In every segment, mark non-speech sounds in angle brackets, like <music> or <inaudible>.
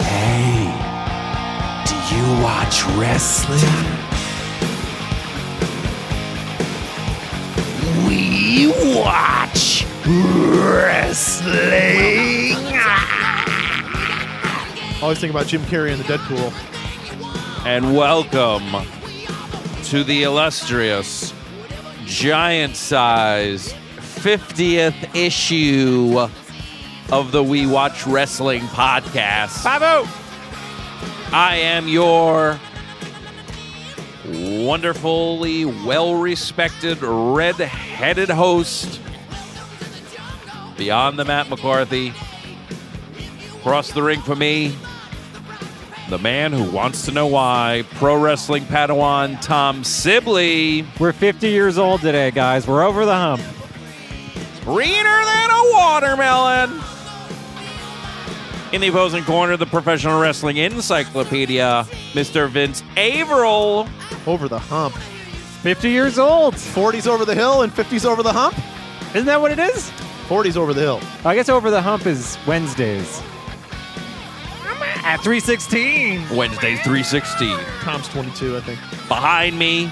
Hey, do you watch wrestling? We watch wrestling. Always think about Jim Carrey and the Deadpool. and welcome to the illustrious giant size 50th issue of the We Watch Wrestling podcast. Babu! I am your wonderfully well respected red headed host, Beyond the Matt McCarthy. Across the ring for me, the man who wants to know why, pro wrestling Padawan Tom Sibley, We're 50 years old today, guys. We're over the hump. greener than a watermelon. In the opposing corner, the professional wrestling encyclopedia, Mr. Vince Averill. Over the hump. 50 years old. 40s over the hill and 50s over the hump. Isn't that what it is? 40s over the hill. I guess over the hump is Wednesdays. At <laughs> 316. Wednesday 316. Tom's 22, I think. Behind me,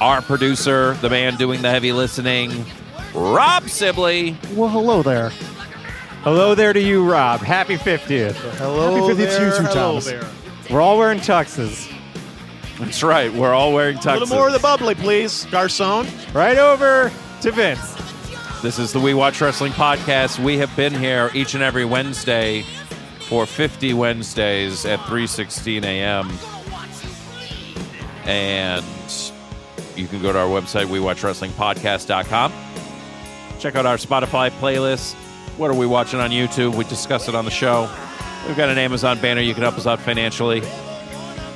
our producer, the man doing the heavy listening, Rob Sibley. Well, hello there. Hello there to you, Rob. Happy 50th. Hello Happy 52 there. to hello Thomas. there. We're all wearing tuxes. That's right, we're all wearing A tuxes. little more of the bubbly, please. Garcon. Right over to Vince. This is the We Watch Wrestling podcast. We have been here each and every Wednesday for 50 Wednesdays at 3:16 a.m. And you can go to our website wewatchwrestlingpodcast.com. Check out our Spotify playlist. What are we watching on YouTube? We discuss it on the show. We've got an Amazon banner you can help us out financially.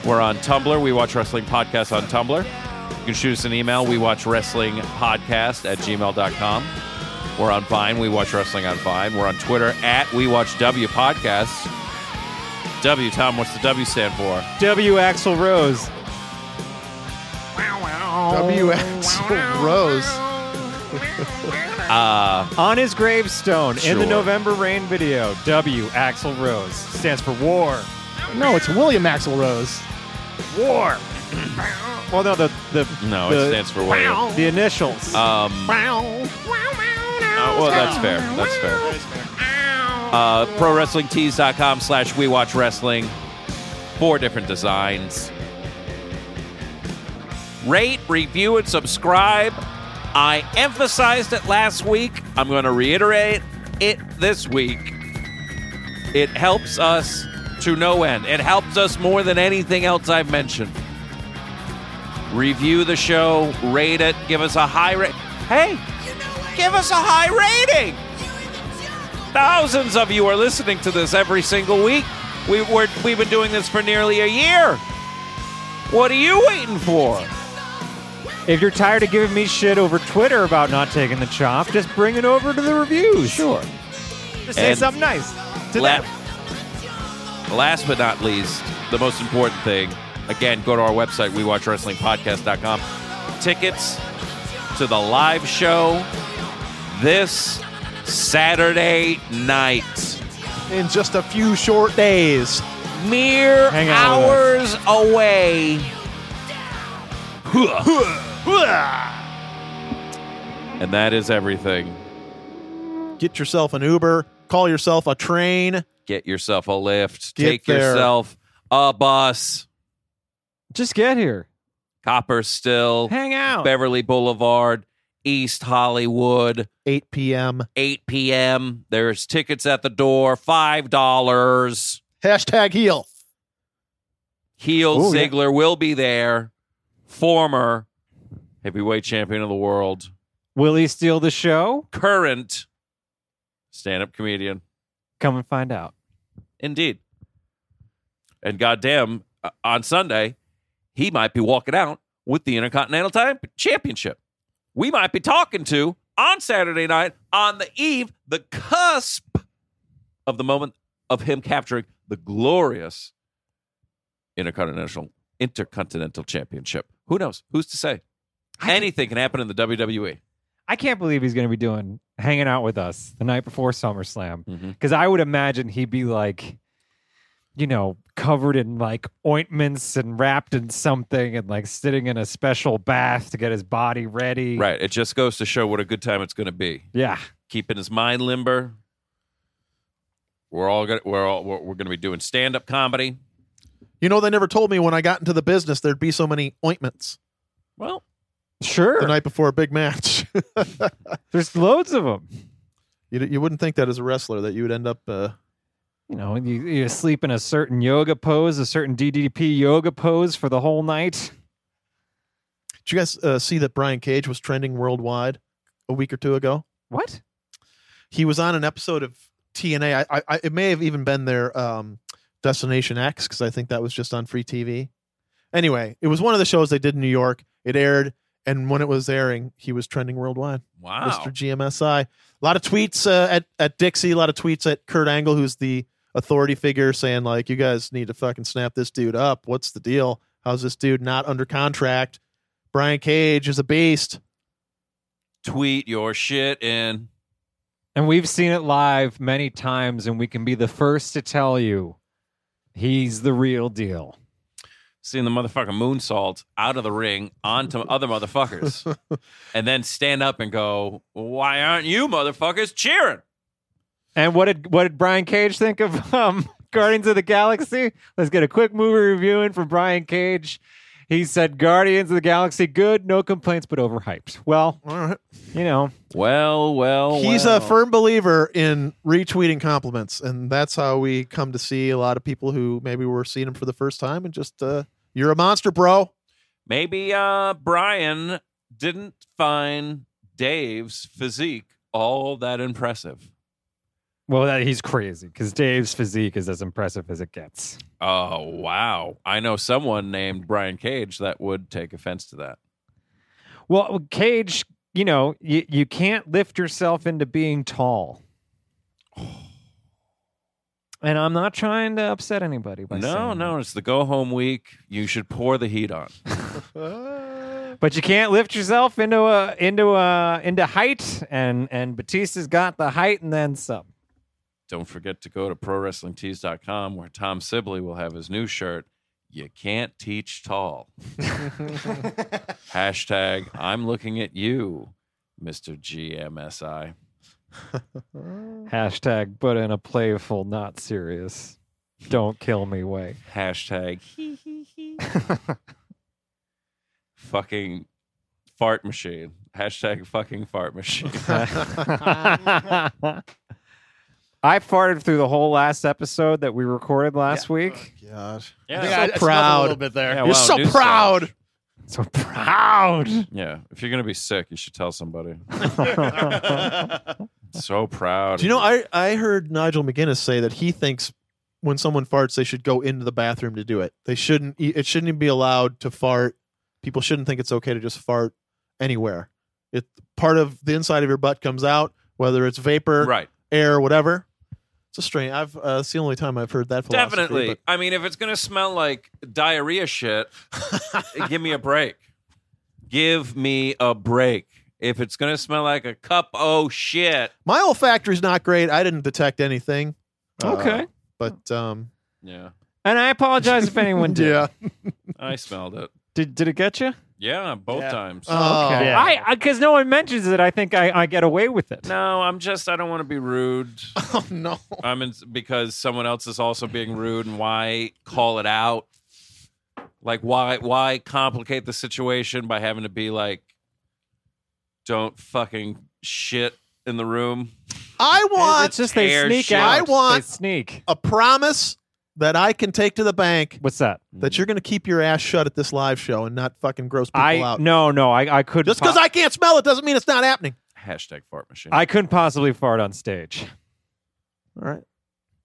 We're on Tumblr. We watch wrestling podcasts on Tumblr. You can shoot us an email. We watch wrestling podcast at gmail.com. We're on Vine. We watch wrestling on Vine. We're on Twitter at We Watch W Podcasts. W, Tom, what's the W stand for? W. Axel Rose. W. Axel <laughs> Rose. Uh, On his gravestone in the Sure. November Rain video, W. Axel Rose stands for war. No, it's William Axel Rose. <clears throat> War. well, no, the the no, the, it stands for William. Um, the initials. uh, well, that's fair. That's fair. Uh, ProWrestlingTees.com slash We Watch Wrestling. Four different designs. Rate, review, and subscribe. I emphasized it last week. I'm going to reiterate it this week. It helps us to no end. It helps us more than anything else I've mentioned. Review the show, rate it, give us a high rate. Hey, give us a high rating. Thousands of you are listening to this every single week. We, we're, we've been doing this for nearly a year. What are you waiting for? If you're tired of giving me shit over Twitter about not taking the chop, just bring it over to the reviews. Sure. Just say And- something nice. To La- them. last but not least, the most important thing again, go to our website, wewatchwrestlingpodcast.com. Tickets to the live show this Saturday night. In just a few short days. mere Hang out with hours away. And that is everything. Get yourself an Uber. Call yourself a train. Get yourself a lift. Get Take there. yourself a bus. Just get here. Copper Still, Hang out. Beverly Boulevard, East Hollywood, 8 p.m. 8 p.m. There's tickets at the door, five dollars. Hashtag heel. Heel Ooh, yeah. Ziggler will be there. Former heavyweight champion of the world. Will he steal the show? current stand-up comedian. Come and find out. Indeed. And goddamn, uh, on Sunday, he might be walking out with the Intercontinental Ti- Championship. We might be talking to on Saturday night on the eve, the cusp of the moment of him capturing the glorious Intercontinental Intercontinental Championship. Who knows? Who's to say? Anything can happen in the E. WWE. I can't believe he's going to be doing hanging out with us the night before SummerSlam Mhm. because I would imagine he'd be like, you know, covered in like ointments and wrapped in something and like sitting in a special bath to get his body ready. Right. It just goes to show what a good time it's going to be. Yeah. keeping his mind limber. We're all gonna we're all we're, we're gonna be doing stand up comedy. You know, they never told me when I got into the business there'd be so many ointments Well, Sure. the night before a big match. <laughs> There's loads of them. you, you wouldn't think that as a wrestler that you would end up. Uh, You know, you, you sleep in a certain yoga pose, a certain DDP yoga pose for the whole night. did you guys uh, see that Brian Cage was trending worldwide a week or two ago? What? He was on an episode of TNA. I, I, I it may have even been their um, Destination X because I think that was just on free TV. Anyway, it was one of the shows they did in New York. It aired, and when it was airing, he was trending worldwide. wow. Mr. GMSI. A lot of tweets uh, at at Dixie. A lot of tweets at Kurt Angle, who's the authority figure, saying like, "You guys need to fucking snap this dude up. What's the deal? How's this dude not under contract? Brian Cage is a beast. Tweet your shit in. And we've seen it live many times, and we can be the first to tell you he's the real deal. Seeing the motherfucking moonsault out of the ring onto other <laughs> motherfuckers, and then stand up and go, "Why aren't you motherfuckers cheering?" And what did what did Brian Cage think of <laughs> um, Guardians of the Galaxy? Let's get a quick movie review in from Brian Cage. He said Guardians of the Galaxy good, no complaints, but overhyped. Well, All right. you know, Well, well, He's well. a firm believer in retweeting compliments, and that's how we come to see a lot of people who maybe were seeing him for the first time and just, uh, "You're a monster, bro." Maybe uh, Brian didn't find Dave's physique all that impressive. well that, he's crazy because Dave's physique is as impressive as it gets. Oh wow! I know someone named Brian Cage that would take offense to that. Well, Cage, you know, you, you can't lift yourself into being tall. <sighs> And I'm not trying to upset anybody by No, saying no, it's the go home week. You should pour the heat on. that. But you can't lift yourself into a into a into height, and and Batista's got the height and then some. Don't forget to go to prowrestlingtees.com where Tom Sibley will have his new shirt. You can't teach <laughs> tall. Hashtag I'm looking at you, Mr. GMSI. Hashtag but in a playful, not serious. Don't kill me <laughs> way. <laughs> Hashtag <laughs> fucking fart machine. Hashtag fucking fart machine. I farted through the whole last episode that we recorded last week. God, I think Yeah. I- I smelled proud. a little bit there. Yeah, you're wow, so newsflash. proud. So <laughs> proud. Yeah, if you're gonna be sick, you should tell somebody. <laughs> so proud. Do you know I I heard Nigel McGuinness say that he thinks when someone farts they should go into the bathroom to do it. They shouldn't e, it shouldn't even be allowed to fart. People shouldn't think it's okay to just fart anywhere. It part of the inside of your butt comes out, whether it's vapor, right? air, whatever. It's a strange. I've uh, it's the only time I've heard that. philosophy, Definitely. but- I mean, if it's gonna smell like diarrhea shit, <laughs> give me a break. Give me a break. If it's gonna smell like a cup, oh shit. my olfactory's not great. I didn't detect anything. Uh, Okay. but um, Yeah, And I apologize if anyone did. yeah. I smelled it. Did did it get you? Yeah, both Yeah. times. Oh, Okay. Yeah. I because no one mentions it. I think I, I get away with it. no, I'm just. I don't want to be rude. <laughs> oh no. I'm in Um, because someone else is also being rude, and why call it out? Like, why why complicate the situation by having to be like, don't fucking shit in the room? I It's want just they Hair sneak shit. out. I want- They sneak. a promise that I can take to the bank What's that? that Mm-hmm. you're going to keep your ass shut at this live show and not fucking gross people I out. no no I I couldn't. Just because po- I can't smell it doesn't mean it's not happening. <laughs> Hashtag fart machine. I couldn't possibly fart on stage. All right.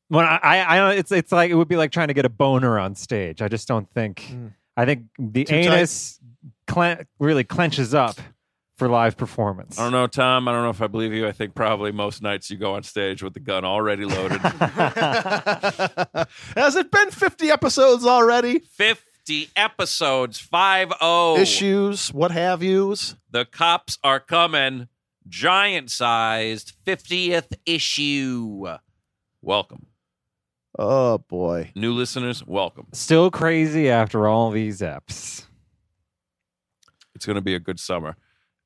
When I, I I it's it's like it would be like trying to get a boner on stage. I just don't think. Mm. I think the Too tight? anus clen- really clenches up for live performance. I don't know, Tom. I don't know if I believe you. I think probably most nights you go on stage with the gun already loaded. Has it been 50 episodes already? 50 episodes, 5 0. Issues, what have yous? The cops are coming. Giant sized 50th issue. Welcome. Oh boy. New listeners, welcome. Still crazy after all these eps. It's going to be a good summer.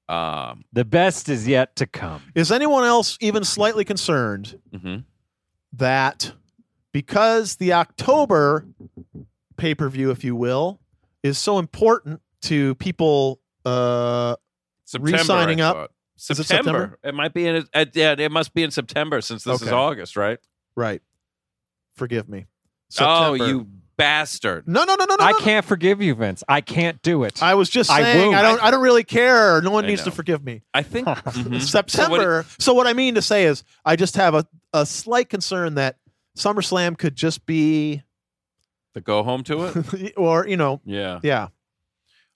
Um, The best is yet to come. Is anyone else even slightly concerned mhm. that because the October pay per view, if you will, is so important to people, uh, September. Re-signing I up. thought. Is September. it September? It might be in. uh, yeah, it must be in September since this is Okay. August, right? right? Forgive me. Oh, September. you bastard! No, no, no, no, no. I <laughs> no. can't forgive you, Vince. I can't do it. I was just I saying. won't. I, don't. I don't really care. No one I needs to know. forgive me. I think <laughs> Mhm. So what it- September. So what I mean to say is, I just have a, a slight concern that SummerSlam could just be, the go home to <laughs> it. or you know, Yeah, yeah.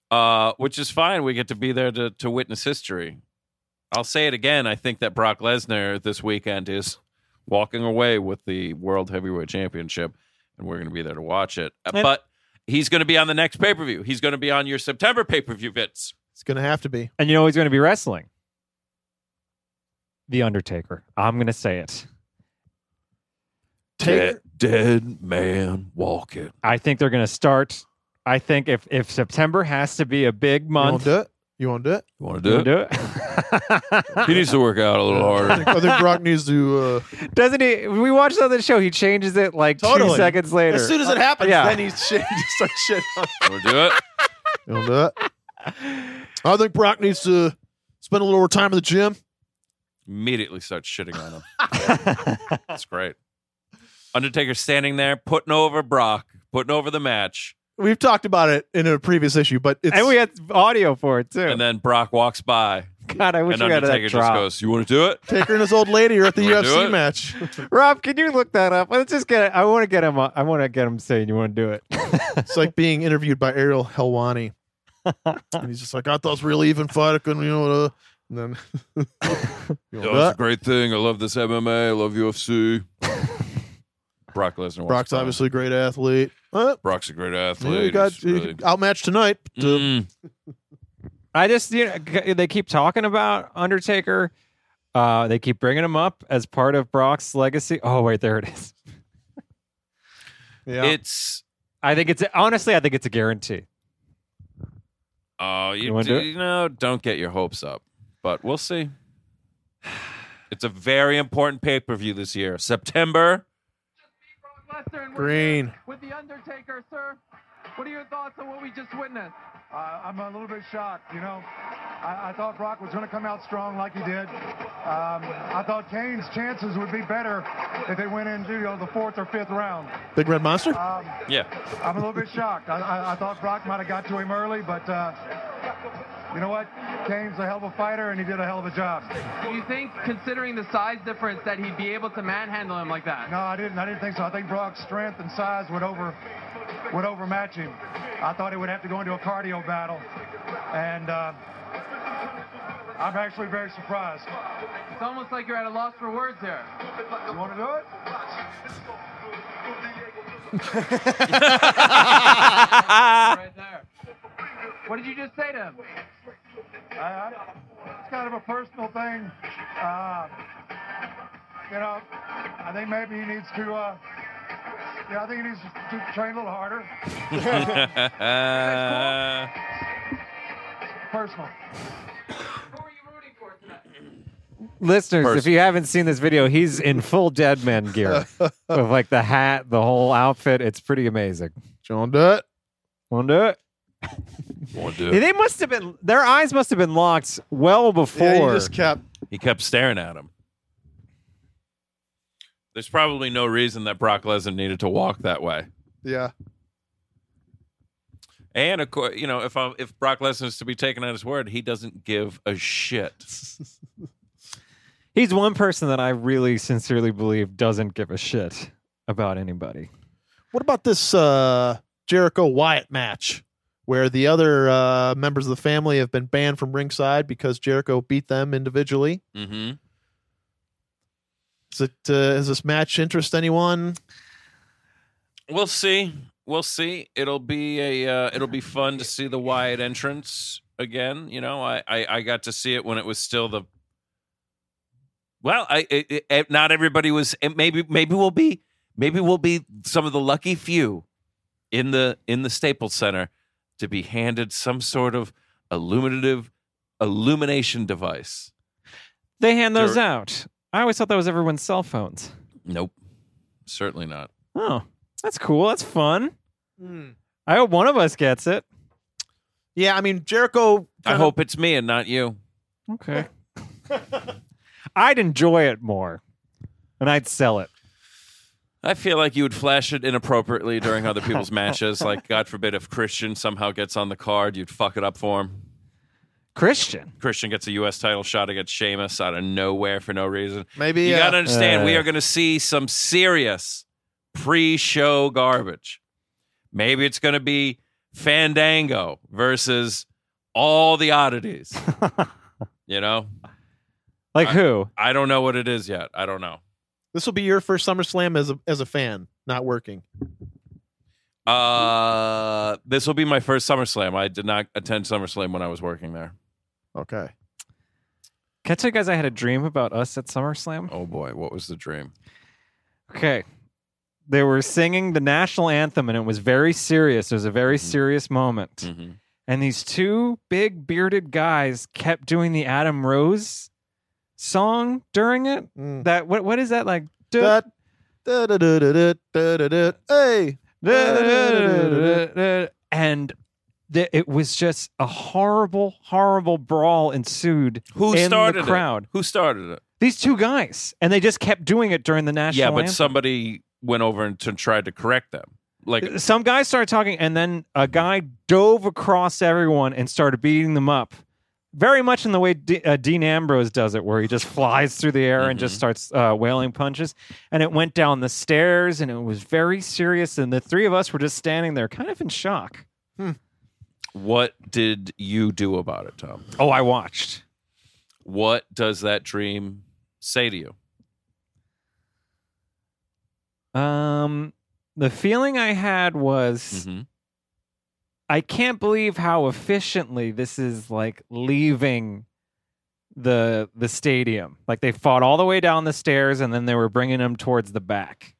uh, which is fine. We get to be there to to witness history. I'll say it again. I think that Brock Lesnar this weekend is walking away with the World Heavyweight Championship, and we're going to be there to watch it. Uh, And- but he's going to be on the next pay per view. He's going to be on your September pay per view, Vince. It's gonna have to be. and you know he's going to be wrestling? The Undertaker. I'm going to say it. Take dead man walking. I think they're going to start. I think if if September has to be a big you month, won't do it. You won't do it. You want you to do it? wanna do it? He needs to work out a little I harder. think, I think Brock needs to. Uh, <laughs> Doesn't he? We watched on the show. He changes it like two Totally. seconds later. as soon as it happens, yeah. then he's shit. He starts shit. on- Want to do it? You won't do it. <laughs> I think Brock needs to spend a little more time in the gym. Immediately starts shitting on him. That's great. Undertaker standing there, putting over Brock, putting over the match, We've talked about it in a previous issue, but it's and we had audio for it <laughs> too. and then Brock walks by, God, I wish and we had Undertaker that just drop. goes, "You want to do it?" Taker and his old lady are at the Wanna do UFC it? match. Rob, can you look that up? Let's just get. I want to get him. on- I want to get him saying you want to do it. <laughs> It's like being interviewed by Ariel Helwani. <laughs> and he's just like, I thought it was a really even fight. I couldn't, you know, uh, and then. You know, Oh, it's that- a great thing. I love this MMA. I love UFC. <laughs> Brock Lesnar. walks Brock's by. obviously a great athlete. Uh, Brock's a great yeah, athlete. he got He's really- he outmatched tonight. but, uh, Mm. I just you know g- they keep talking about Undertaker. Uh, they keep bringing him up as part of Brock's legacy. Oh wait, there it is. yeah. It's I think it's honestly, I think it's a <laughs> guarantee. Oh, you, wanna do, do it? you know, don't get your hopes up, but we'll see. <sighs> It's a very important pay per view this year, September. Green. with the Undertaker, sir. What are your thoughts on what we just witnessed? Uh, I'm a little bit shocked, you know. I, I thought Brock was going to come out strong like he did. Um, I thought Kane's chances would be better if they went into you know, the fourth or fifth round. Big Red Monster? <laughs> Yeah, I'm a little bit shocked. I, I, I thought Brock might have got to him early, but uh, you know what? Kane's a hell of a fighter, and he did a hell of a job. Do you think, considering the size difference, that he'd be able to manhandle him like that? No, I didn't. I didn't think so. I think Brock's strength and size would over would overmatch him. I thought he would have to go into a cardio battle, and uh, I'm actually very surprised. It's almost like you're at a loss for words here. You want to do it? Ah. right there. What did you just say to him? I, I, it's kind of a personal thing. Uh, you know, I think maybe he needs to. Uh, yeah, I think he needs to train a little harder. Uh, Personal. Who are you rooting for tonight? Listeners, First. if you haven't seen this video, he's in full dead man <laughs> gear with like the hat, the whole outfit. It's pretty amazing. John Dutt. Want to do it? won't do it. They must have been. Their eyes must have been locked well before. Yeah, he just kept. He kept staring at him. There's probably no reason that Brock Lesnar needed to walk that way. Yeah. And of course, you know, if I'm, if Brock Lesnar is to be taken at his word, he doesn't give a shit. He's one person that I really sincerely believe doesn't give a shit about anybody. What about this uh, Jericho Wyatt match? where the other uh, members of the family have been banned from ringside because Jericho beat them individually. Mm-hmm. Does it, uh, does this match interest anyone? We'll see. We'll see. It'll be a uh, it'll be fun to see the Wyatt entrance again. You know, I I, I got to see it when it was still the. Well, I it, it- it, not everybody was. and Maybe maybe we'll be maybe we'll be some of the lucky few in the in the Staples Center to be handed some sort of illuminative illumination device. They hand those Dirt. out. I always thought that was everyone's cell phones. Nope, certainly not. Oh, that's cool. That's fun. I hope one of us gets it. Yeah, I mean Jericho. I hope it's me and not you. Okay. I'd enjoy it more, and I'd sell it. I feel like you would flash it inappropriately during other people's matches. Like, God forbid, if Christian somehow gets on the card, you'd fuck it up for him. Christian. Christian gets a U.S. title shot against Sheamus out of nowhere for no reason. Maybe You uh, got to understand, we Uh. are going to see some serious pre show garbage. Maybe it's going to be Fandango versus all the oddities. you know, Like I- who? I don't know what it is yet. I don't know. this will be your first SummerSlam as a as a fan, not working. Uh, this will be my first SummerSlam. I did not attend SummerSlam when I was working there. Okay. Can I tell you guys I had a dream about us at SummerSlam? Oh boy, what was the dream? Okay. They were singing the national anthem, and it was very serious. It was a very serious moment. Mm. Mm-hmm. And these two big bearded guys kept doing the Adam Rose song during it. Mm. That what what is that like? Da- da- da- da- da- da- da- da- da. Hey. and th- it was just a horrible, horrible brawl ensued Who in started the crowd. it? Who started it? These two guys, and they just kept doing it during the national. yeah, but anthem. somebody went over and t- tried to correct them. <laughs> Like some guys started talking, and then a guy dove across everyone and started beating them up. Very much in the way D- uh, Dean Ambrose does it, where he just flies through the air and just starts uh, wailing punches. And it went down the stairs, and it was very serious. And the three of us were just standing there, kind of in shock. what did you do about it, Tom? Oh, I watched. What does that dream say to you? Um, the feeling I had was Mhm. I can't believe how efficiently this is like leaving the the stadium. Like they fought all the way down the stairs and then they were bringing them towards the back.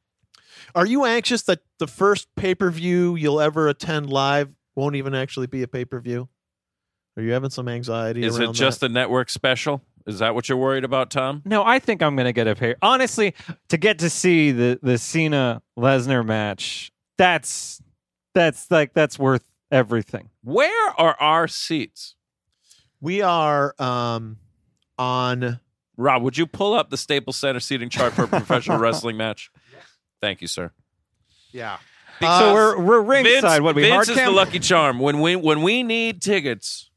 Are you anxious that the first pay per view you'll ever attend live won't even actually be a pay per view? Are you having some anxiety? Is around it just that? a network special? Is that what you're worried about, Tom? No, I think I'm gonna get a pay. Honestly, to get to see the the Cena Lesnar match, that's that's like that's worth everything. Where are our seats? we are um on Rob, would you pull up the Staples Center seating chart for a <laughs> professional wrestling match? Thank you, sir. yeah. Uh, so we're we're ringside. what Uh, we Vince hard is cam? the lucky charm. When we when we need tickets,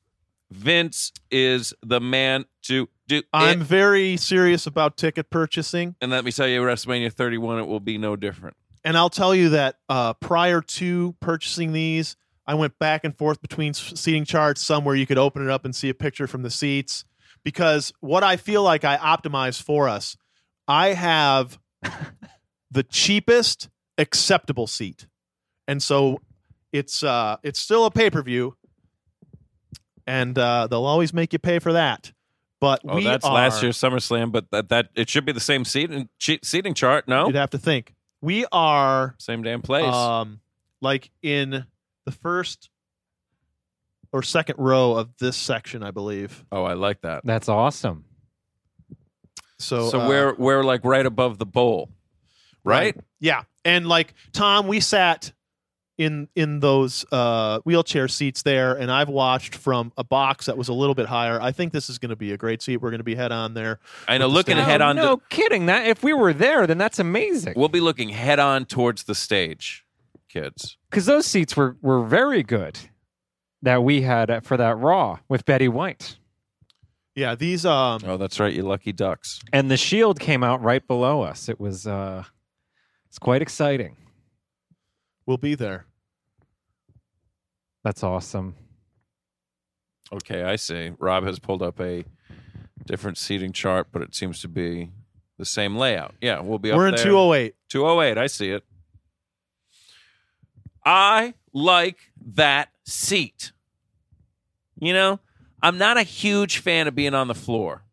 Vince is the man to do I'm it. very serious about ticket purchasing, And let me tell you, WrestleMania 31, it will be no different. and I'll tell you that uh, prior to purchasing these, I went back and forth between s- seating charts. Somewhere you could open it up and see a picture from the seats, because what I feel like I optimized for us, I have the cheapest acceptable seat, and so it's uh, it's still a pay per view, and uh, they'll always make you pay for that. But Oh, we that's are, last year's SummerSlam, but that, that it should be the same seat and che- seating chart. No, You'd have to think. We are same damn place. um like in the first or second row of this section, I believe. oh, I like that. That's awesome. So So, uh, we're we're like right above the bowl, right? yeah, and like Tom, we sat in in those uh wheelchair seats there, and I've watched from a box that was a little bit higher. I think this is going to be a great seat. We're going to be head on there. I know. With the Looking And head Oh, on, no kidding. That if we were there, then that's amazing. we'll be looking head on towards the stage, kids. because those seats were were very good that we had at- for that Raw with Betty White, Yeah, these um Oh, that's right. You lucky ducks. and the Shield came out right below us. It was uh, it's quite exciting. will be there. That's awesome. Okay, I see. Rob has pulled up a different seating chart, but it seems to be the same layout. Yeah, we'll be up We're in there. 208. 208. I see it. I like that seat. You know, I'm not a huge fan of being on the floor.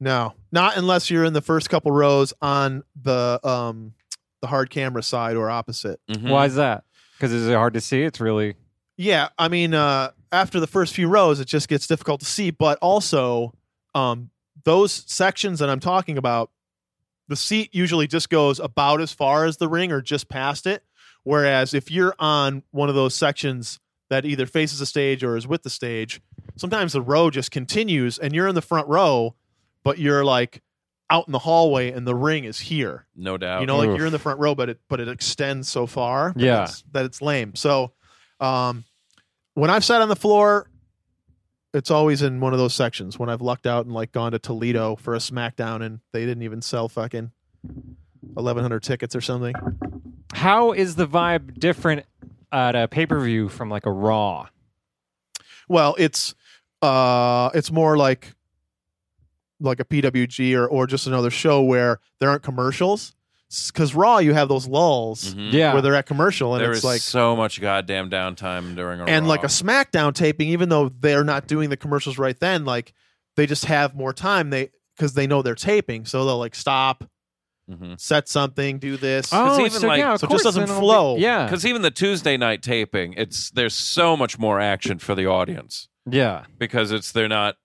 No, not unless you're in the first couple rows on the um the hard camera side or opposite. Mhm. Why is that? Because is it hard to see? It's really Yeah, I mean, uh, after the first few rows, it just gets difficult to see. But also, um, those sections that I'm talking about, the seat usually just goes about as far as the ring or just past it. Whereas if you're on one of those sections that either faces the stage or is with the stage, sometimes the row just continues and you're in the front row, but you're like out in the hallway and the ring is here No doubt. you know like Oof. you're in the front row but it but it extends so far that Yeah. it's, that it's lame so um when i've sat on the floor it's always in one of those sections when i've lucked out and like gone to toledo for a smackdown and they didn't even sell fucking 1100 tickets or something how is the vibe different at a pay per view from like a Raw? well it's uh it's more like like a pwg or or just another show where there aren't commercials because raw you have those lulls Mhm. Yeah, where they're at commercial and There it's is like so much goddamn downtime during a and like a Raw. SmackDown taping, even though they're not doing the commercials right then, like they just have more time. They because they know they're taping, so they'll like stop, Mhm. set something, do this. oh, even so like- yeah, of so it course, just doesn't then it'll be- flow. yeah, Because even the Tuesday night taping, it's there's so much more action for the audience yeah, because it's they're not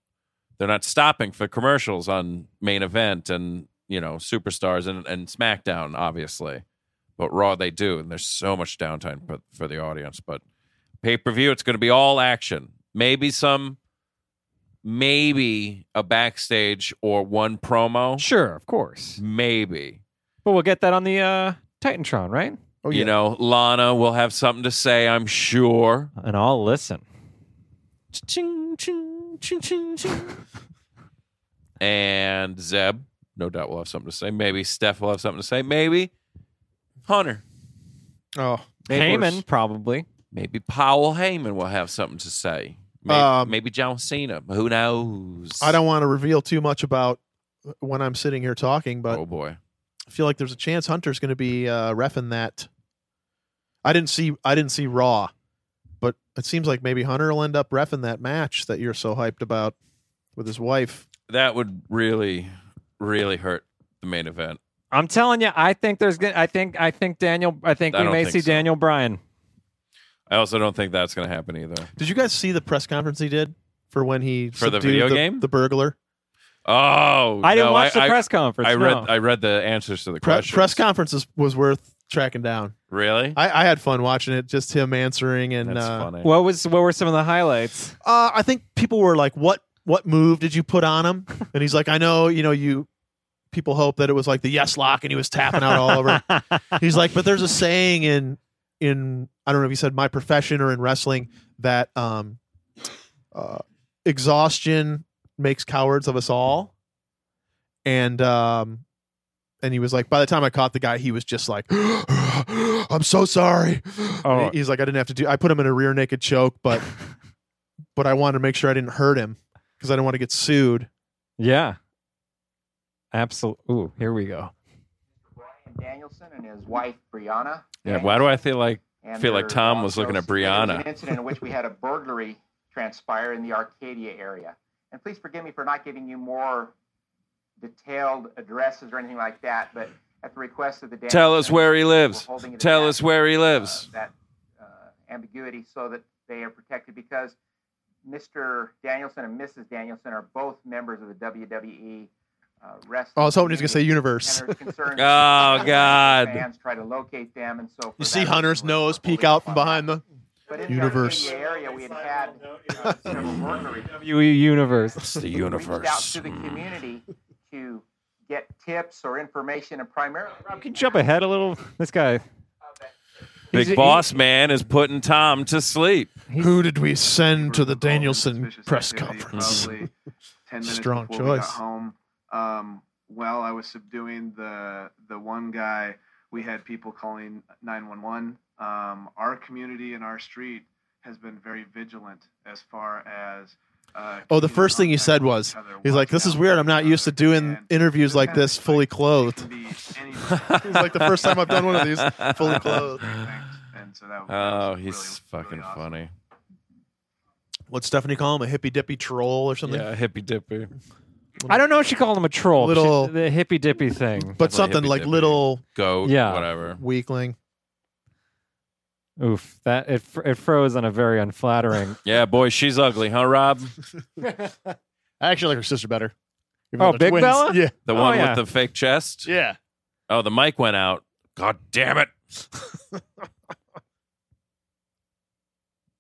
they're not stopping for commercials on main event and you know superstars and, and SmackDown obviously, but Raw they do and there's so much downtime for, for the audience. But pay per view, it's going to be all action. Maybe some, maybe a backstage or one promo. sure, of course. Maybe But we'll get that on the uh, Titantron, right? oh you know Lana will have something to say. I'm sure. And I'll listen. and Zeb, no doubt, will have something to say. Maybe Steph will have something to say. Maybe Hunter. oh, Heyman, probably. Maybe Powell Heyman will have something to say. Maybe, Um, maybe John Cena. Who knows? I don't want to reveal too much about when I'm sitting here talking, but oh boy. I feel like there's a chance Hunter's going to be uh, refing that. I didn't see I didn't see Raw, but it seems like maybe Hunter will end up refing that match that you're so hyped about with his wife. That would really, really hurt the main event. I'm telling you, I think there's gonna. I think. I think Daniel. I think I we don't may think see so. Daniel Bryan. I also don't think that's going to happen either. Did you guys see the press conference he did for when he For the subdued video game? the burglar Oh, I didn't no, watch the I, press conference. I read. no. I read the answers to the Pre- questions. press conferences was worth tracking down. Really? I, I had fun watching it, just him answering and That's uh, funny. what was? What were some of the highlights? uh, I think people were like, "What what move did you put on him?" and he's like, "I know, you know, you people hope that it was like the yes lock and he was tapping out all over." he's like, "But there's a saying in in I don't know if he said my profession or in wrestling that um, uh, exhaustion makes cowards of us all," and um, and he was like, by the time I caught the guy, he was just like, <gasps> "I'm so sorry." Oh. And he's like, I didn't have to do. I put him in a rear naked choke, but but I wanted to make sure I didn't hurt him because I didn't want to get sued. Yeah. Absolutely. Ooh, here we go. Brian Danielson and his wife Brianna. yeah. Why do I feel like And feel like their Tom dog was looking Joseph. at There was Brianna. An incident in which we had a burglary transpire in the Arcadia area. And please forgive me for not giving you more detailed addresses or anything like that, but at the request of the Danielson, Tell us where he we're lives. holding it Tell at us that, where he uh, lives. that uh, ambiguity so that they are protected because Mr. Danielson and Mrs. Danielson are both members of the WWE uh, wrestling. Oh, I was hoping he was gonna say community universe. and there's concerns <laughs> Oh, about God. Fans try to locate them, and so for You see that Hunter's reason, we're- nose we're peek holding out them from on behind that. the. But in the universe. Arcadia area, we had had uh, several burglaries. WWE E Universe. It's the Reached out universe. to the community to get tips or information, and primarily. Rob, can you jump ahead a little? This guy. Big He's- Boss Man is putting Tom to sleep. Who did we send to the Involved in Danielson suspicious press activity conference? probably <laughs> 10 minutes Strong before we got choice. home. Um, while I was subduing the <laughs> the one guy, we had people calling 911. Um, our community and our street has been very vigilant as far as. Uh, Oh, the keeping first thing he contact said with was- each other, He's like, watching this is out weird. for I'm not each used to other," doing and interviews like kinda this fully like, it clothed. can be any- He's like the first time I've done one of these <laughs> fully clothed. <laughs> and so that was- that Oh, was he's really, fucking really awesome. funny. What Stephanie call him? A hippy dippy troll or something? Yeah, hippy dippy. I don't know if she called him a troll. Little- She- the hippy dippy thing. But Definitely something hippy like dippy. little Goat, Yeah. whatever. weakling. Oof, that it fr- it froze on a very unflattering. <laughs> Yeah, boy, she's ugly, huh, Rob? I actually like her sister better. even Oh, though they're Big twins. Bella? Yeah. The Oh, one yeah. with the fake chest? Yeah. Oh, the mic went out. God damn <laughs> it.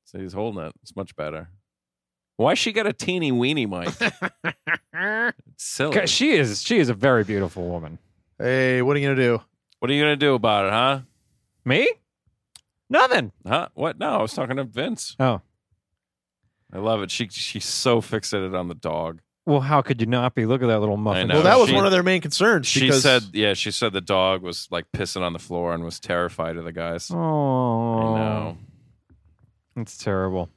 so he's holding it. It's much better. Why she got a teeny weeny <laughs> mic? it's silly. 'Cause she is she is a very beautiful woman. Hey, what are you gonna do? What are you gonna do about it, huh? Me? Nothing. Huh? What? No, I was talking to Vince. Oh. I love it. She she's so fixated on the dog. Well, how could you not be? Look at that little muffin. know. well, No, that was she- one of their main concerns. She because said, yeah, she said the dog was like pissing on the floor and was terrified of the guys. I Oh, know. It's terrible.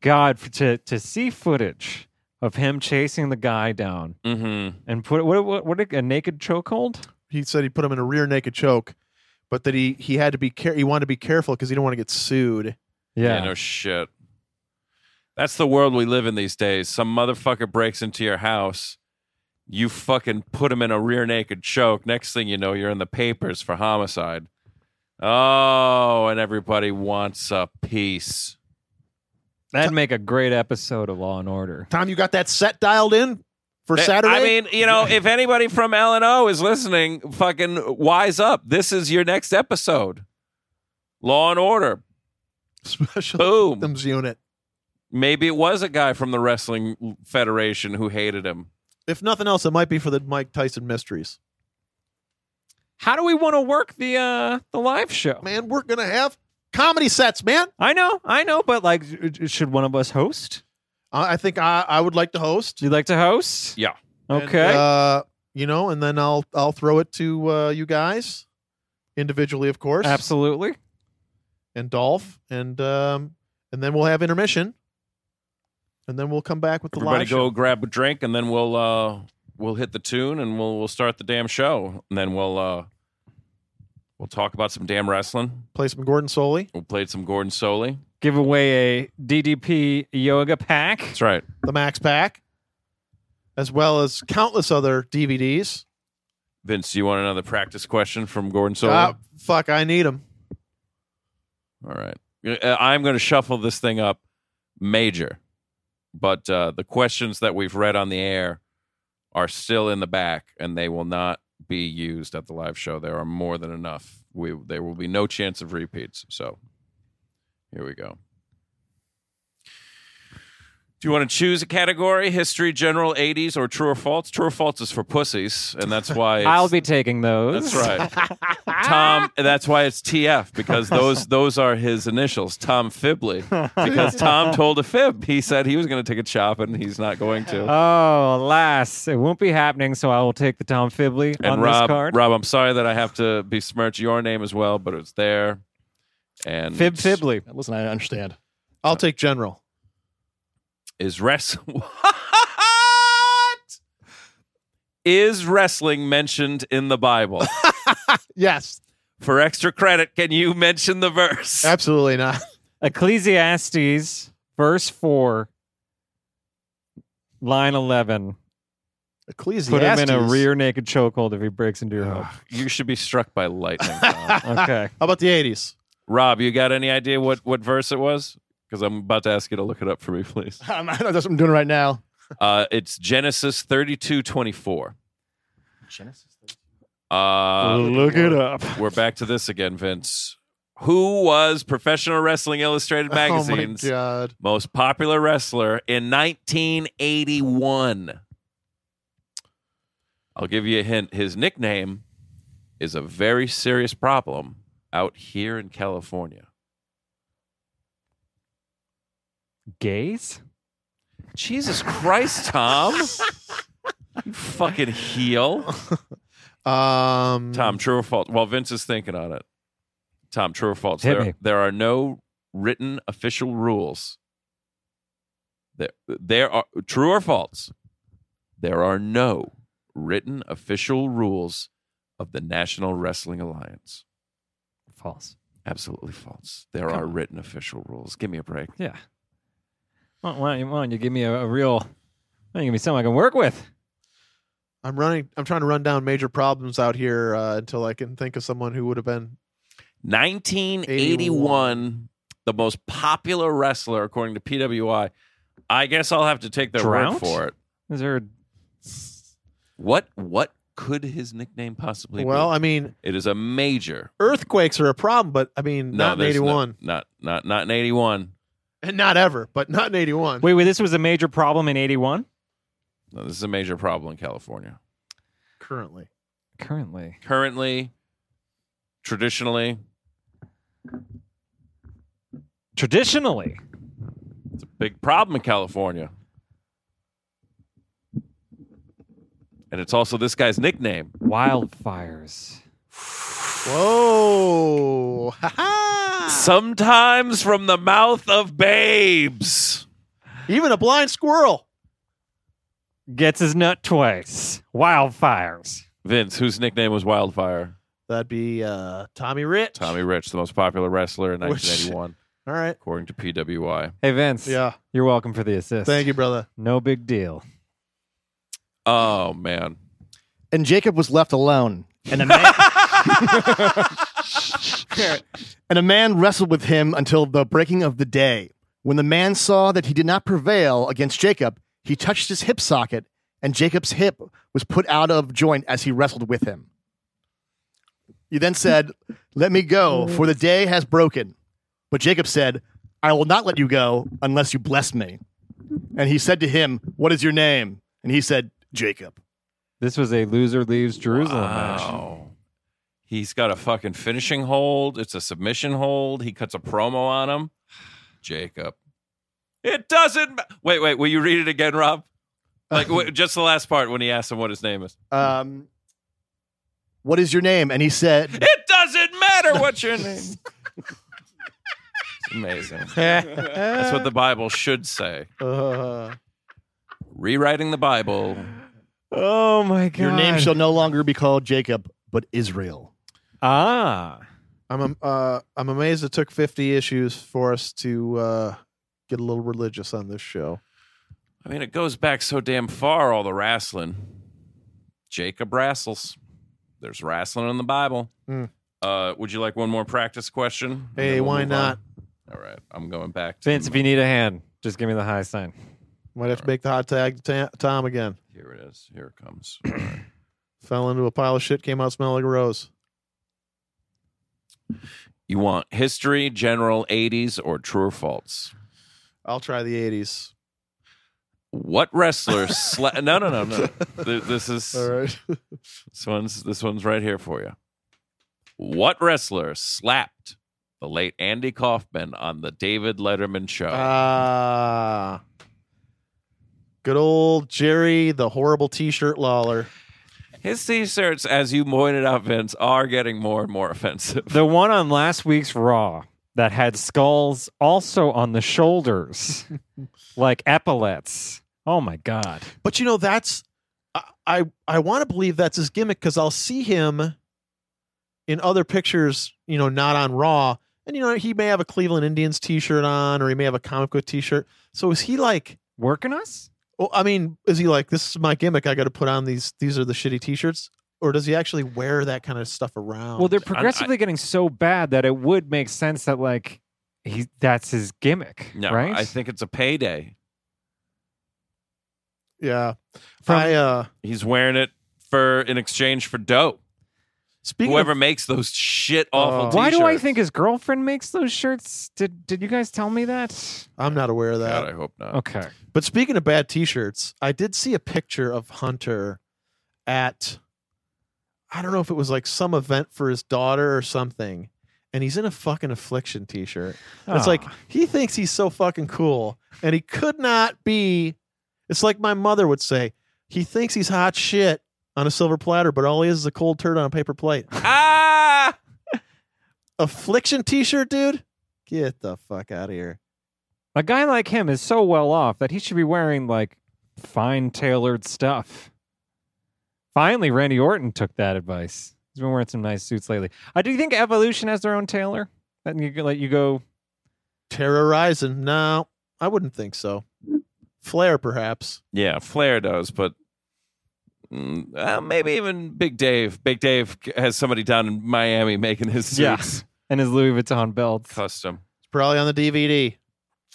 God, f- to to see footage of him chasing the guy down Mm-hmm. and put what what what a naked chokehold. he said he put him in a rear naked choke, but that he he had to be care. He wanted to be careful because he didn't want to get sued. Yeah. no shit. That's the world we live in these days. Some motherfucker breaks into your house. You fucking put him in a rear naked choke. Next thing you know, you're in the papers for homicide. Oh, and everybody wants a piece. that'd make a great episode of Law and Order. Tom, you got that set dialed in for Th- Saturday. Eh, I mean, you know, if anybody from L and O is listening, fucking wise up. This is your next episode. Law and Order. <laughs> <laughs> special Boom. victims unit. Maybe it was a guy from the wrestling federation who hated him. If nothing else, it might be for the Mike Tyson mysteries. How do we want to work the uh the live show? Man, we're gonna have comedy sets, man. I know, I know, but like, sh- should one of us host? I, I think I I would like to host. Do you like to host? Yeah. And, Okay. uh, you know, and then I'll I'll throw it to uh, you guys individually, of course. Absolutely. and Dolph, and um, and then we'll have intermission, and then we'll come back with the Everybody live go show. grab a drink, and then we'll uh, we'll hit the tune, and we'll we'll start the damn show, and then we'll uh, we'll talk about some damn wrestling. Play some Gordon Soley. We'll play some Gordon Soley. Give away a DDP yoga pack. That's right. the Max Pack, as well as countless other DVDs. Vince, do you want another practice question from Gordon Soley? Ah, fuck, I need them. All right. Uh, I'm going to shuffle this thing up major, but uh, the questions that we've read on the air are still in the back and they will not be used at the live show. There are more than enough. We There will be no chance of repeats. So here we go. Do you want to choose a category? History, general, 80s, or true or false? True or false is for pussies, and that's why it's- <laughs> I'll be taking those. <laughs> that's right. Tom, that's why it's TF because those those are his initials, Tom <laughs> Fibley. Because Tom told a fib. He said he was going to take a chop and he's not going to. Oh, alas, it won't be happening. So I will take the Tom Fibley on and this Rob, card. Rob, I'm sorry that I have to besmirch your name as well, but it's there. And Fib Fibley. Listen, I understand. I'll take General. is <laughs> wrestling. what is wrestling mentioned in the <laughs> Bible? Yes, For extra credit, can you mention the verse? absolutely not. Ecclesiastes, verse 4, line 11. Ecclesiastes. Put him in a rear naked chokehold if he breaks into your home. You should be struck by lightning. Tom. Okay. How about the eighties? Rob, you got any idea what what verse it was? Because I'm about to ask you to look it up for me, please. Um, that's what <laughs> I'm doing right now. Uh, it's Genesis 32, 24. Uh, Look it <laughs> up. we're back to this again, Vince. Who was Professional Wrestling Illustrated magazine's <laughs> Oh my god. most popular wrestler in 1981? I'll give you a hint. His nickname is a very serious problem out here in California. Gays? Jesus Christ, Tom. you fucking heel. Um, Tom, true or false? While Vince is thinking on it, Tom, true or false? Hit there, me. there are no written official rules. There, there are true or false. There are no written official rules of the National Wrestling Alliance. False. Absolutely false. There are written official rules. Give me a break. Yeah. Why, why, don't you, why don't you give me a, a real? Why don't you give me something I can work with? I'm running. I'm trying to run down major problems out here uh, until I can think of someone who would have been 1981, the most popular wrestler according to PWI. I guess I'll have to take their Drought? word for it. Is there? a- What what could his nickname possibly well. be? I mean, it is a major. earthquakes are a problem, but I mean, No, not in there's no- '81, not not not in 81. and not ever, but not in '81. Wait, wait. This was a major problem in '81. No, this is a major problem in California. currently, Currently, Currently, traditionally, traditionally, it's a big problem in California. And it's also this guy's nickname. Ah. wildfires. whoa, <laughs> ha ha! Sometimes from the mouth of babes. Even a blind squirrel. Gets his nut twice. Wildfires. Vince, whose nickname was Wildfire? That'd be uh, Tommy Rich. Tommy Rich, the most popular wrestler in Which- 1981, All right. according to PWI. Hey Vince. Yeah. You're welcome for the assist. Thank you, brother. No big deal. Oh man, And Jacob was left alone. And a man And a man wrestled with him until the breaking of the day. When the man saw that he did not prevail against Jacob, he touched his hip socket, and Jacob's hip was put out of joint as he wrestled with him. He then said, Let me go, for the day has broken. But Jacob said, I will not let you go unless you bless me. And he said to him, What is your name? And he said, Jacob. This was a loser leaves Jerusalem match. Wow. He's got a fucking finishing hold. It's a submission hold. He cuts a promo on him. Jacob. It doesn't. Ma- wait, wait. Will you read it again, Rob? Like w- <laughs> just the last part when he asks him what his name is. Um, what is your name? And he said, <laughs> It doesn't matter what <laughs> your name. It's amazing. That's what the Bible should say. Uh, Rewriting the Bible. Oh my god. Your name shall no longer be called Jacob, but Israel. Ah. I'm am- uh, I'm amazed it took 50 issues for us to uh, get a little religious on this show. I mean, it goes back so damn far, all the wrestling. Jacob wrestles. There's wrestling in the Bible. Mm. Uh, would you like one more practice question? And Hey, then we'll why move not? on. All right. I'm going back to Vince, if you need a hand, just give me the high sign. Might have to make the hot tag to Ta- Tom again. Here it is. Here it comes. All right. Fell into a pile of shit, came out smelling like a rose. you want history, general 80s, or true or false? I'll try the 80s. What wrestler sla- <laughs> No, no, no, no. Th- This is All right. This one's this one's right here for you. What wrestler slapped the late Andy Kaufman on the David Letterman show? Ah. good old Jerry, the horrible t shirt lawler. His t-shirts, as you pointed out, Vince, are getting more and more offensive. The one on last week's Raw that had skulls also on the shoulders, like epaulets. Oh my god. But you know, that's I I, I want to believe that's his gimmick because I'll see him in other pictures, you know, not on Raw, and you know he may have a Cleveland Indians T-shirt on, or he may have a comic book T-shirt. So is he like? Working us? Well, I mean, is he like this is my gimmick? I got to put on these. These are the shitty T-shirts, or does he actually wear that kind of stuff around? Well, they're progressively getting so bad that it would make sense that like he that's his gimmick, No, right? I think it's a payday. yeah. From- I uh, He's wearing it for in exchange for dough. speaking Whoever of makes those shit Oh. awful Uh, Why do I t-shirts- think his girlfriend makes those shirts? Did did you guys tell me that? I'm not aware of that. God, I hope not. Okay. But speaking of bad t-shirts, I did see a picture of Hunter at I don't know if it was like some event for his daughter or something. And he's in a fucking affliction t-shirt. And It's Ah. like he thinks he's so fucking cool and he could not be It's like my mother would say, he thinks he's hot shit on a silver platter, but all he is is a cold turd on a paper plate. Ah, Affliction t-shirt, dude? Get the fuck out of here. A guy like him is so well off that he should be wearing like fine tailored stuff. Finally, Randy Orton took that advice. He's been wearing some nice suits lately. Uh, do you think Evolution has their own tailor? That you can let you go. Terrorizing? No, I wouldn't think so. Flair, perhaps. Yeah, Flair does, but mm, uh, maybe even Big Dave. Big Dave has somebody down in Miami making his Yeah. suits And his Louis Vuitton belt. custom. It's probably on the DVD.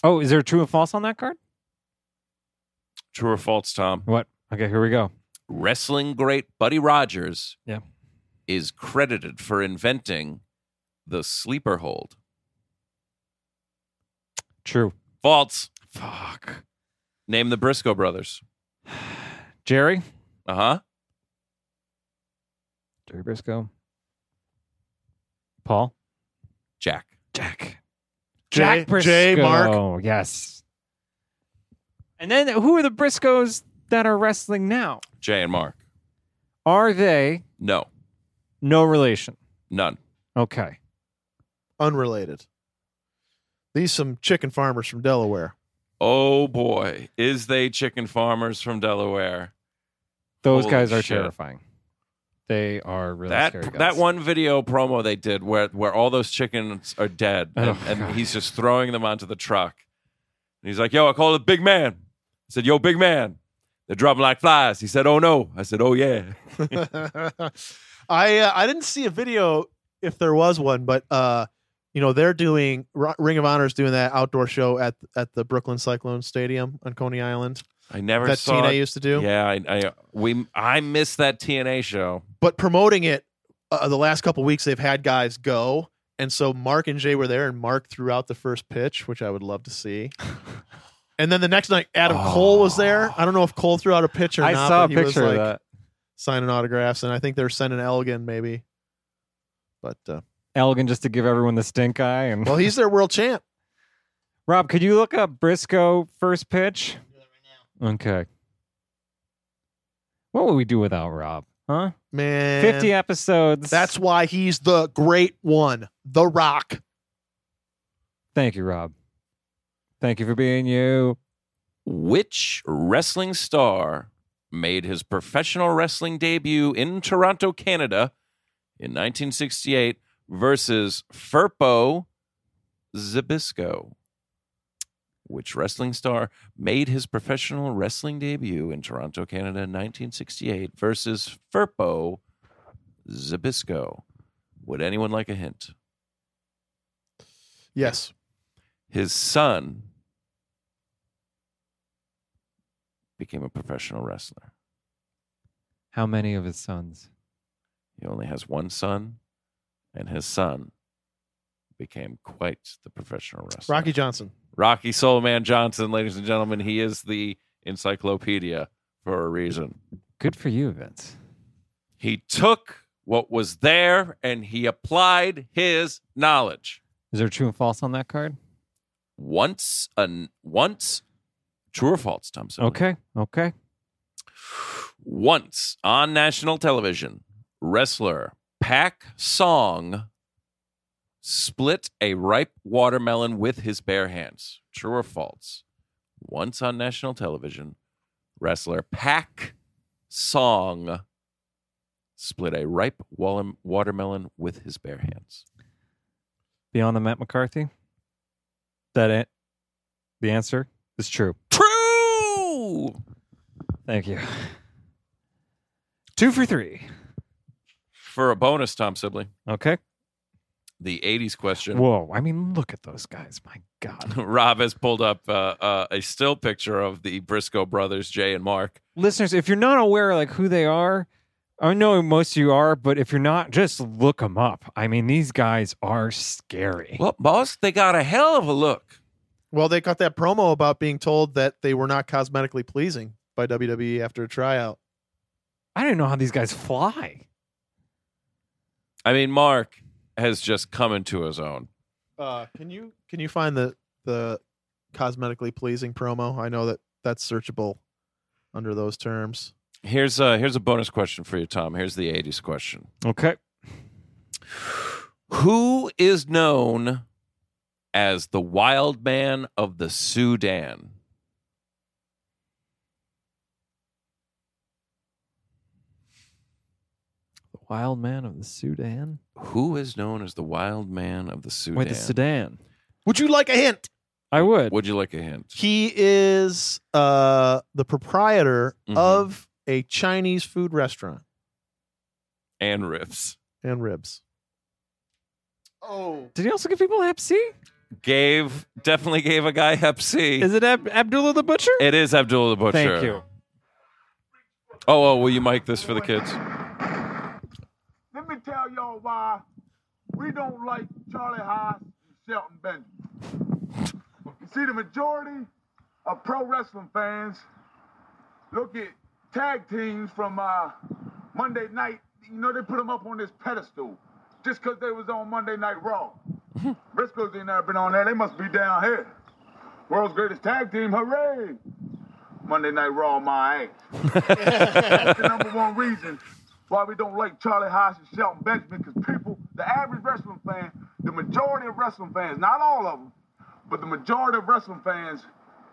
Oh, is there a true and false on that card? True or false, Tom? What? Okay, here we go. Wrestling great Buddy Rogers Yeah. is credited for inventing the sleeper hold. True. False. Fuck. Name the Briscoe brothers. Jerry. Uh huh. Jerry Briscoe. Paul. Jack. Jack. J- J. Mark. Briscoe, Oh, Yes. And then who are the Briscoes that are wrestling now? Jay and Mark. Are they No, no relation? none. Okay. Unrelated. These some chicken farmers <laughs> from Delaware. Oh boy, is they chicken farmers from Delaware? Those Holy guys are shit. terrifying. They are really scary that guys. that one video promo they did where where all those chickens are dead and, Oh, and God. he's just throwing them onto the truck. And he's like, "Yo, I called the big man." I said, "Yo, big man." They're dropping like flies. He said, "Oh no." I said, "Oh yeah." I uh, I didn't see a video if there was one, but uh, you know they're doing R- Ring of Honor is doing that outdoor show at at the Brooklyn Cyclone Stadium on Coney Island I never that saw. TNA it. used to do. Yeah, I, I we I missed that TNA show. But promoting it, uh, the last couple weeks they've had guys go, and so Mark and Jay were there, and Mark threw out the first pitch, which I would love <laughs> to see. And then the next night, Adam Cole was there. I don't know if Cole threw out a pitch or I not. saw a but he was, picture of like, that. signing autographs, and I think they're sending Elgin maybe. But <laughs> uh, Elgin just to give everyone the stink eye. And well, he's their world champ. Rob, could you look up Briscoe first pitch? Okay. What would we do without Rob? Huh? Man, 50 episodes. That's why he's the great one, The Rock. Thank you, Rob. Thank you for being you. Which wrestling star made his professional wrestling debut in Toronto, Canada in 1968 versus Furpo Zabisco? Which wrestling star made his professional wrestling debut in Toronto, Canada in 1968 versus Furpo Zabisco? Would anyone like a hint? Yes, his son became a professional wrestler. How many of his sons? He only has one son, and his son became quite the professional wrestler. Rocky Johnson. Rocky Soulman Johnson, ladies and gentlemen, he is the encyclopedia for a reason. Good for you, Vince. He took what was there and he applied his knowledge. Is there true and false on that card? Once an once true or false, Tom Selleck? Okay. Okay. Once on national television, wrestler Pak Song split a ripe watermelon with his bare hands. True or false? Once on national television, wrestler Pak Song split a ripe wall- watermelon with his bare hands. Beyond the Matt McCarthy? That it? The answer is true. True! Thank you. Two for three. For a bonus, Tom Sibley, Okay. the 80s question. Whoa. I mean, look at those guys. My <laughs> God. Rob has pulled up uh, uh, a still picture of the Briscoe brothers, Jay and Mark. listeners, if you're not aware like who they are, I know most of you are, but if you're not, just look them up. I mean, these guys are scary. Well, boss, they got a hell of a look. Well, they got that promo about being told that they were not cosmetically pleasing by WWE after a tryout. I don't know how these guys fly. I mean, Mark has just come into his own. Uh, can you can you find the the cosmetically pleasing promo? I know that that's searchable under those terms. Here's a, here's a bonus question for you, Tom. Here's the 80s question. Okay. Who is known as the Wild Man of the Sudan. The wild man of the Sudan. Who is known as the Wild Man of the Sudan? Wait, the Sudan. Would you like a hint? I would. Would you like a hint? He is uh, the proprietor Mhm. of a Chinese food restaurant And riffs. and ribs. Oh, Did he also give people Hep C? Gave definitely gave a guy Hep C. Is it Ab- Abdullah the Butcher? it is Abdullah the Butcher. Thank you. Oh, oh, will you mic this for the kids? Let me tell y'all why we don't like Charlie Haas and Shelton Benjamin. You see, the majority of pro wrestling fans look at tag teams from uh, Monday night. You know, they put them up on this pedestal just because they was on Monday Night Raw. Briscoes ain't never been on there. They must be down here. World's greatest tag team, hooray! Monday Night Raw, my ass that's the number one reason why we don't like Charlie Haas and Shelton Benjamin, because people, the average wrestling fan, the majority of wrestling fans, not all of them, but the majority of wrestling fans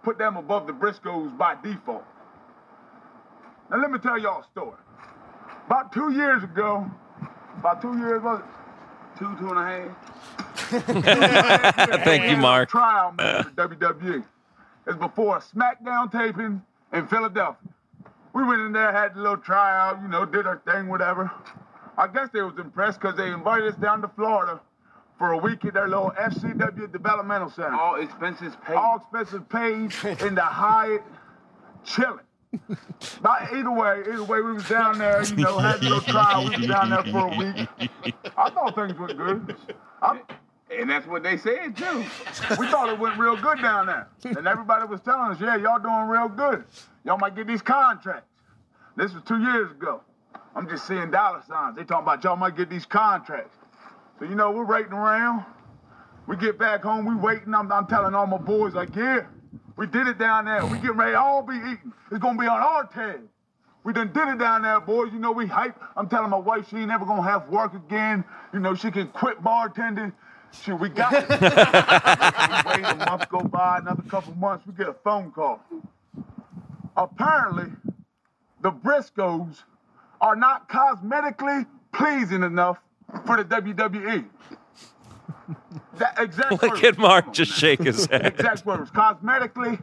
put them above the Briscoes by default. Now let me tell y'all a story. About two years ago, about two years was it? Two, two and a half. <laughs> Thank you, Mark. Trial match for WWE. It's E before a SmackDown taping in Philadelphia. We went in there, had a little tryout, you know, did our thing, whatever. I guess they was impressed because they invited us down to Florida for a week at their little FCW developmental center. All expenses paid. All expenses paid in the Hyatt, chilling. But either way, either way, we was down there, you know, had a little trial. We was down there for a week. I thought things went good. I, and that's what they said too. We thought it went real good down there, and everybody was telling us, "Yeah, y'all doing real good. Y'all might get these contracts." This was two years ago. I'm just seeing dollar signs. They talking about y'all might get these contracts. So you know we're waiting around. We get back home, we waiting. I'm, I'm telling all my boys like, "Yeah, we did it down there. We getting ready to all be eating. It's gonna be on our tag." We done did it down there, boys. You know, we hype. I'm telling my wife she ain't never gonna have work again. You know, she can quit bartending. She, we got it. we wait a month go by, another couple months, we get a phone call. Apparently, the Briscoes are not cosmetically pleasing enough for the WWE. That exact Look words. at Mark just shake his head. <laughs> Exact words. Cosmetically,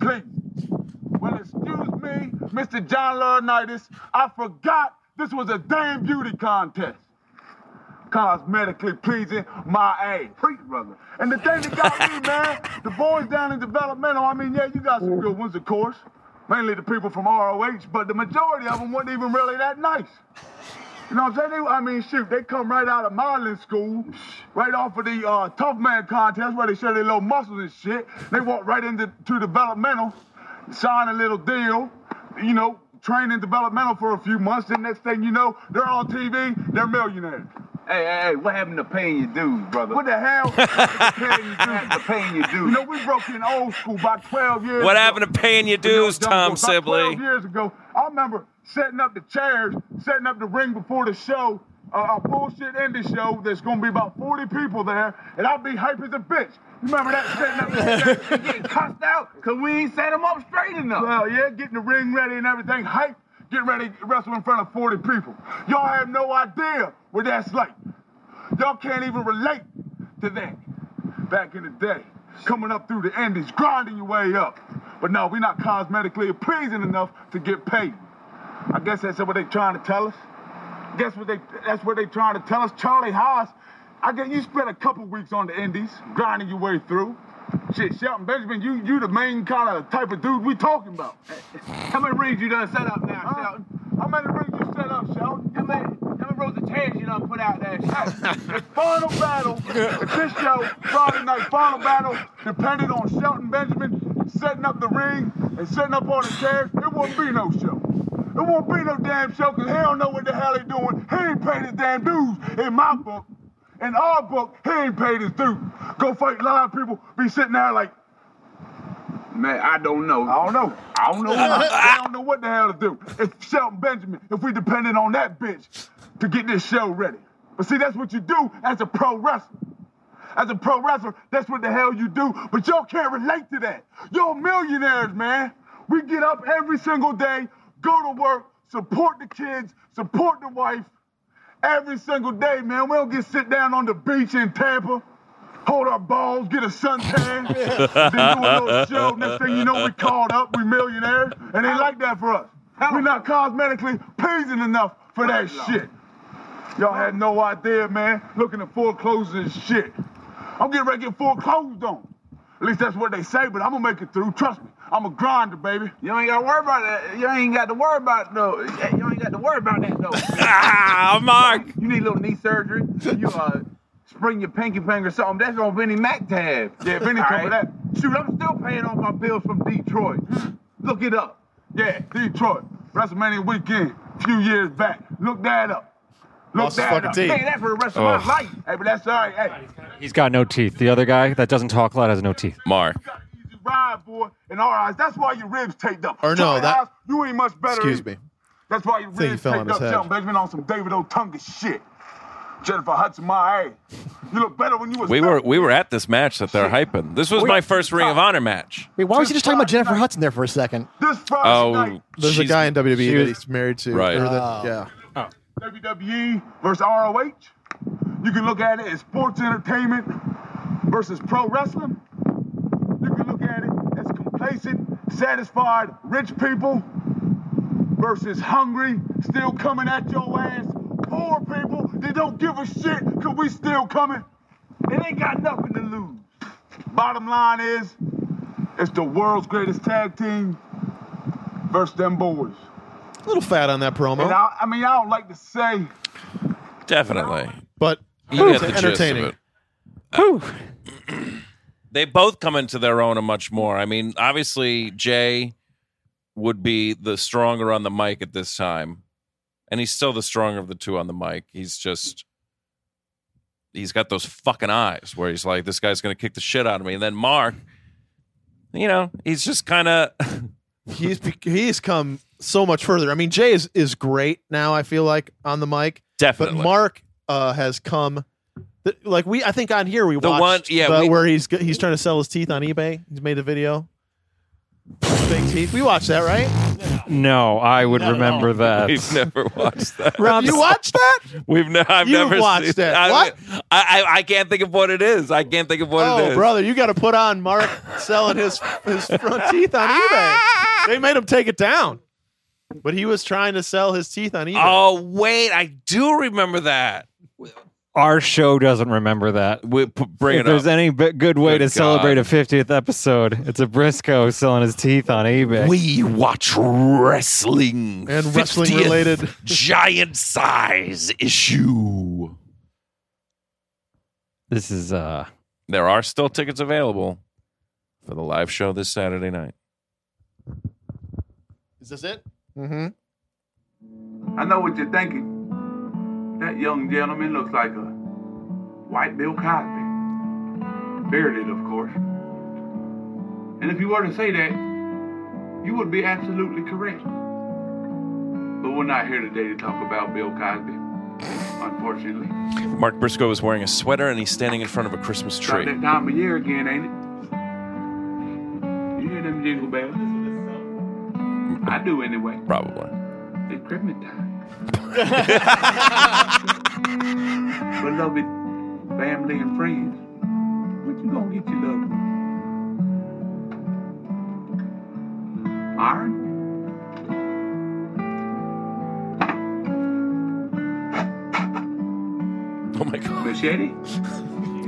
please. Well, excuse me, Mr. John Laurinaitis. I forgot this was a damn beauty contest. Cosmetically pleasing my ass. Preach, brother. And the thing that got me, man, the boys down in developmental, I mean, yeah, you got some good ones, of course. Mainly the people from ROH, but the majority of them weren't even really that nice. You know what I'm saying? They, I mean, shoot, they come right out of modeling school, right off of the uh, Tough Man contest where they show their little muscles and shit. They walk right into to developmental, sign a little deal, you know, train in developmental for a few months. Then next thing you know, they're on TV, they're millionaires. Hey, hey, hey, what happened to paying your dues, brother? What the <laughs> hell? happened to paying your you dues? know, we broke in old school by 12 years What ago. happened to paying your dues, You know, John, Tom about 12 Sibley? years ago, I remember setting up the chairs, setting up the ring before the show, uh, a bullshit indie show that's going to be about 40 people there, and I'd be hype as a bitch. You remember that? Setting up the chairs and getting cussed out because we ain't set them up straight enough. Well, yeah, getting the ring ready and everything, hype, getting ready to wrestle in front of 40 people. Y'all have no idea what that's like. Y'all can't even relate to that back in the day. Coming up through the Andes, grinding your way up. But no, we're not cosmetically pleasing enough to get paid. I guess that's what they trying to tell us. Guess what they that's what they trying to tell us. Charlie Haas, I guess you spent a couple weeks on the Indies, grinding your way through. Shit, Shelton Benjamin, you you the main kind of type of dude we talking about. How many rings you done set up now, Huh? Shelton? How many rings you set up, Shelton? How many, how many rows of chairs you done put out there, Shelton? The final battle, if this show, Friday night final battle, depended on Shelton Benjamin setting up the ring and setting up all the chairs, it won't be no show. It won't be no damn show because he don't know what the hell he doing. He ain't paid his damn dues in my book. In our book, he ain't paid his dues. Go fight live people, be sitting there like, Man, I don't know. I don't know. I don't know. What, <laughs> I don't know what the hell to do. If Shelton Benjamin, if we depended on that bitch to get this show ready. But see, that's what you do as a pro wrestler. As a pro wrestler, that's what the hell you do. But y'all can't relate to that. Y'all millionaires, man. We get up every single day, go to work, support the kids, support the wife. Every single day, man. We don't get sit down on the beach in Tampa, hold our balls, get a suntan, then do a little show. Next thing you know, we called up, we millionaires, and they like that for us. We're not cosmetically pleasing enough for that shit. Y'all had no idea, man. Looking at foreclosures and shit. I'm getting ready to get foreclosed on. At least that's what they say, but I'm gonna make it through. Trust me. I'm a grinder, baby. You ain't gotta worry about that. You ain't got to worry about no. You ain't got to worry about that <laughs> Ah, though. Mark. You need a little knee surgery. You uh spring your pinky finger or something. That's on Vinnie Mac tab. Yeah, Vinny <laughs> All covered right. that. Shoot, I'm still paying off my bills from Detroit. Hmm. Look it up. Yeah, Detroit. WrestleMania weekend, a few years back. Look that up. Look Lost his that fucking up. teeth. Pay that for the rest of Ugh. my life. Hey, but that's all right. Hey, He's got no teeth. The other guy that doesn't talk a lot has no teeth. Mark. you ride, boy, in our eyes. That's why your ribs taped up. Or no, Charlie that- House, you ain't much better. Excuse either. me. That's why your think he ribs fell on taped his up, head. John Benjamin, on some David Otunga shit. Jennifer Hudson, my hey, you look better when you was We fat. were we were at this match that they're hyping. This was my first Ring of Honor match. Wait, why was he just talking about Jennifer Hudson there for a second? this Friday Oh, night. There's she's- a guy in WWE she that was- he's married to. Right. or that- Oh. yeah. WWE E versus ROH. You can look at it as sports entertainment versus pro wrestling. You can look at it as complacent, satisfied, rich people versus hungry, still coming at your ass. Poor people, they don't give a shit because we still coming. They ain't got nothing to lose. Bottom line is, it's the world's greatest tag team versus them boys. A little fat on that And promo, I, I mean, I don't like to say definitely. but You get the gist of entertaining. it. Oh. They both come into their own and much more. I mean, obviously Jay would be the stronger on the mic at this time, and he's still the stronger of the two on the mic. He's just he's got those fucking eyes where he's like, this guy's gonna kick the shit out of me. And then Mark, you know, he's just kind <laughs> of He's he's come so much further. I mean, Jay is, is great now. I feel like on the mic, but definitely Mark uh, has come. th- Like we, I think on here we The watched one- yeah, the- we- where he's g- he's trying to sell his teeth on eBay. He's made a video. Fake teeth. We watched that, right? No, I would Not at <laughs> remember that. We've never watched that. <laughs> Rob, You <laughs> watched that? We've ne- I've You've never watched seen it. I, What? I, I I can't think of what it is. I can't think of what it Oh, is. brother, you got to put on Mark selling his his front teeth on eBay. <laughs> They made him take it down, but he was trying to sell his teeth on eBay. Oh wait, I do remember that. our show doesn't remember that. We, p- bring if it there's up. any b- good way Good God. to celebrate a 50th episode, it's a Briscoe selling his teeth on eBay. we watch wrestling And wrestling 50th related- <laughs> giant size issue. this is uh There are still tickets available for the live show this Saturday night. Is this it? Oh. Mhm. I know what you're thinking. That young gentleman looks like a white Bill Cosby. Bearded, of course. And if you were to say that, you would be absolutely correct. But we're not here today to talk about Bill Cosby, unfortunately. Mark Briscoe is wearing a sweater and he's standing in front of a Christmas About tree. that time of year again, ain't it? You hear them jingle bells? I do anyway. Probably. It's Christmas time. Beloved family and friends, what you gonna get your loved one? Iron? Oh my god. <laughs> Machete?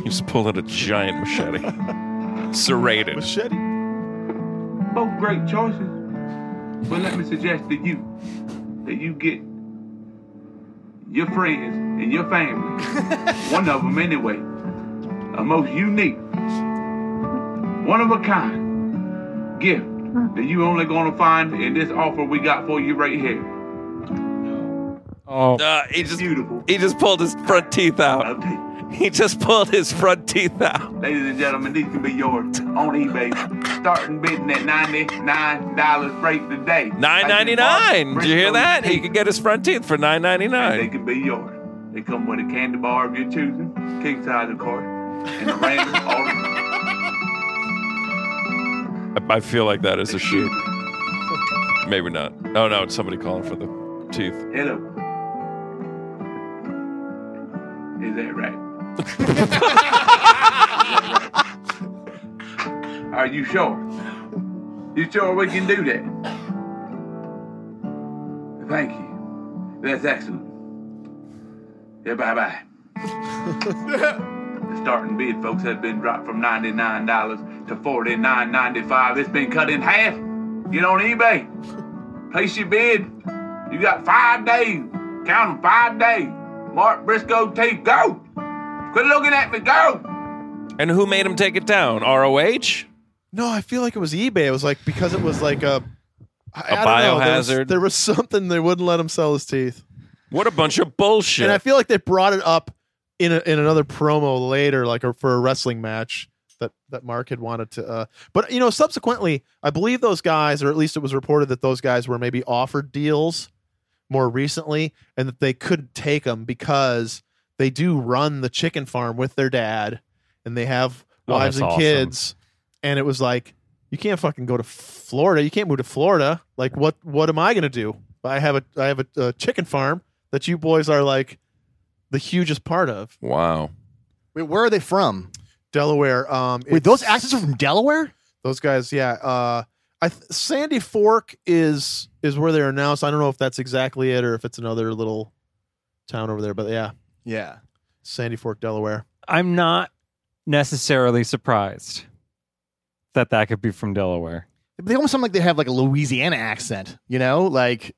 He's pulling a giant machete. <laughs> Serrated. Machete. Both great choices. But let me suggest to you that you get your friends and your family, one of them anyway, a most unique, one of a kind gift that you only gonna find in this offer we got for you right here. oh Uh, he just Beautiful. he just pulled his front teeth out. I'll tell you. He just pulled his front teeth out. Ladies and gentlemen, these can be yours on eBay. Starting bidding at $99 rate today. Nine ninety nine. Did you hear that? He could get his front teeth for nine ninety They nine. can be yours. They come with a candy bar of your choosing, king size, of course. in the reign of Alderman. I- I feel like that is a shoot. Maybe not. Oh no, it's somebody calling for the teeth. Hello. Is that right? Are you sure? You sure we can do that? Thank you. That's excellent. Yeah, bye bye. The starting bid, folks, has been dropped from $99 to $49.95. It's been cut in half. Get on eBay. Place your bid. You got five days. Count 'em, five days. Mark Briscoe tape, go! Quit looking at me, go! And who made him take it down? ROH? No, I feel like it was eBay. It was like because it was like a I- A I don't know, there was- biohazard? There was something they wouldn't let him sell his teeth, What a bunch of bullshit. and I feel like they brought it up in a, in another promo later, like a, for a wrestling match that that Mark had wanted to. Uh, but you know, subsequently, I believe those guys, or at least it was reported that those guys were maybe offered deals more recently, and that they couldn't take them because they do run the chicken farm with their dad, and they have Oh, wives that's and awesome. kids, and it was like you can't fucking go to Florida. You can't move to Florida. Like what? What am I gonna do? I have a I have a, a chicken farm that you boys are like the hugest part of. wow. Wait, where are they from? Delaware. Um, Wait, those it's- actors are from Delaware? those guys, yeah. Uh, I th- Sandy Fork is is where they're announced. I don't know if that's exactly it or if it's another little town over there, but yeah, Yeah. Sandy Fork, Delaware. I'm not necessarily surprised that that could be from Delaware. They almost sound like they have like a Louisiana accent, you know? Like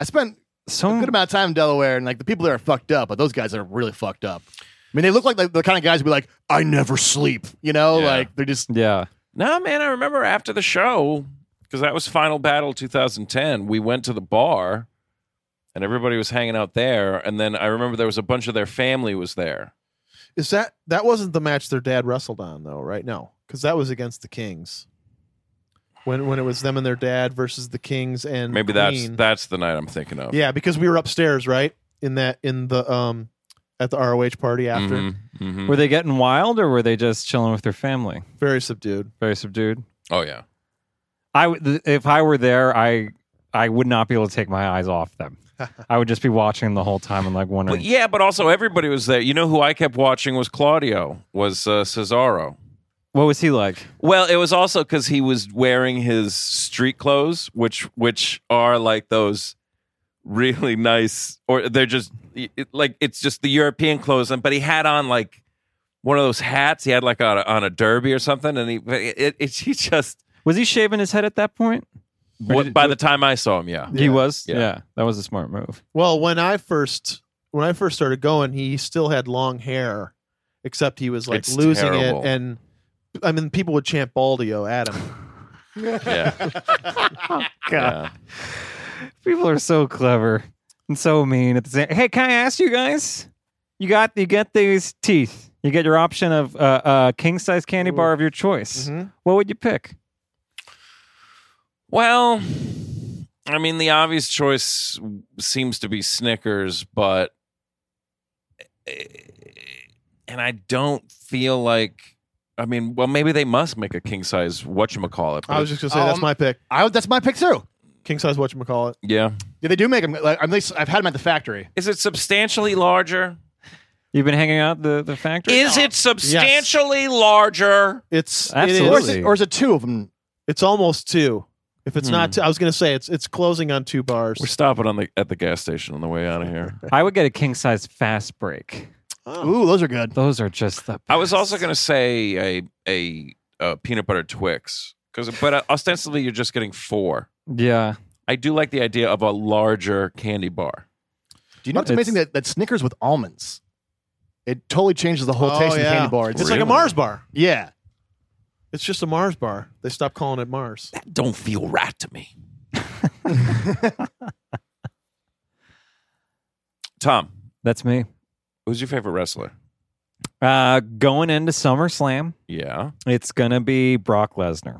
I spent a Some good amount of time in Delaware and like the people there are fucked up, but those guys are really fucked up. I mean, they look like the, the kind of guys who be like, I never sleep, you know? Yeah. Like they're just yeah. No, man, I remember after the show, because that was Final Battle 2010, we went to the bar and everybody was hanging out there. And then I remember there was a bunch of their family was there. Is that that wasn't the match their dad wrestled on though, right? No, because that was against the Kings. When when it was them and their dad versus the Kings and Maybe that's Queen. that's the night I'm thinking of. yeah, because we were upstairs, right? In that in the um at the ROH party after, Mhm, mhm. Were they getting wild or were they just chilling with their family? very subdued. Very subdued. Oh, yeah. I w- th- if I were there, I I would not be able to take my eyes off <laughs> them. I would just be watching the whole time and like wondering. But yeah, but also everybody was there. You know who I kept watching was Claudio, was uh, Cesaro. What was he like? Well, it was also because he was wearing his street clothes, which which are like those really nice, or they're just it, like it's just the European clothes. And but he had on like one of those hats. He had like on a, on a derby or something, and he it, it, it he just Was he shaving his head at that point? what- by the time I saw him, <laughs> yeah, He was. Yeah. Yeah. that was a smart move. Well, when I first when I first started going, he still had long hair, except he was like It's losing terrible. it, and I mean, people would chant Baldio at him. yeah, <laughs> yeah. People are so clever and so mean at the same. Hey, can I ask you guys? You got you get these teeth. You get your option of uh, uh, king size candy bar of your choice. Mm-hmm. Mhm. What would you pick? Well, I mean, the obvious choice seems to be Snickers, but eh, and I don't feel like. I mean, well, maybe they must make a king size whatchamacallit. I was just gonna say that's Um, my pick, I that's my pick too. king size whatchamacallit. yeah. Yeah, they do make them. Like, I'm, I've had them at the factory. Is it substantially larger? You've been hanging out the the factory. Is it substantially larger? It's Or It is, is, it, or is it two of them? it's almost two. If it's Hmm. not, two, I was gonna say it's it's closing on two bars. We're stopping on the at the gas station on the way out of here. I would get a king size fast break. Ooh, those are good. Those are just the. I was best. also gonna say a a, uh peanut butter Twix because, but ostensibly you're just getting four. Yeah. I do like the idea of a larger candy bar. Do you know what's It's- amazing that, that Snickers with almonds? It totally changes the whole Oh, taste of the yeah. candy bar. It's like a Mars bar. Yeah. It's just a Mars bar. They stopped calling it Mars. That don't feel right to <laughs> me. Tom, That's me. who's your favorite wrestler? Uh, going into SummerSlam, Yeah. it's gonna be Brock Lesnar.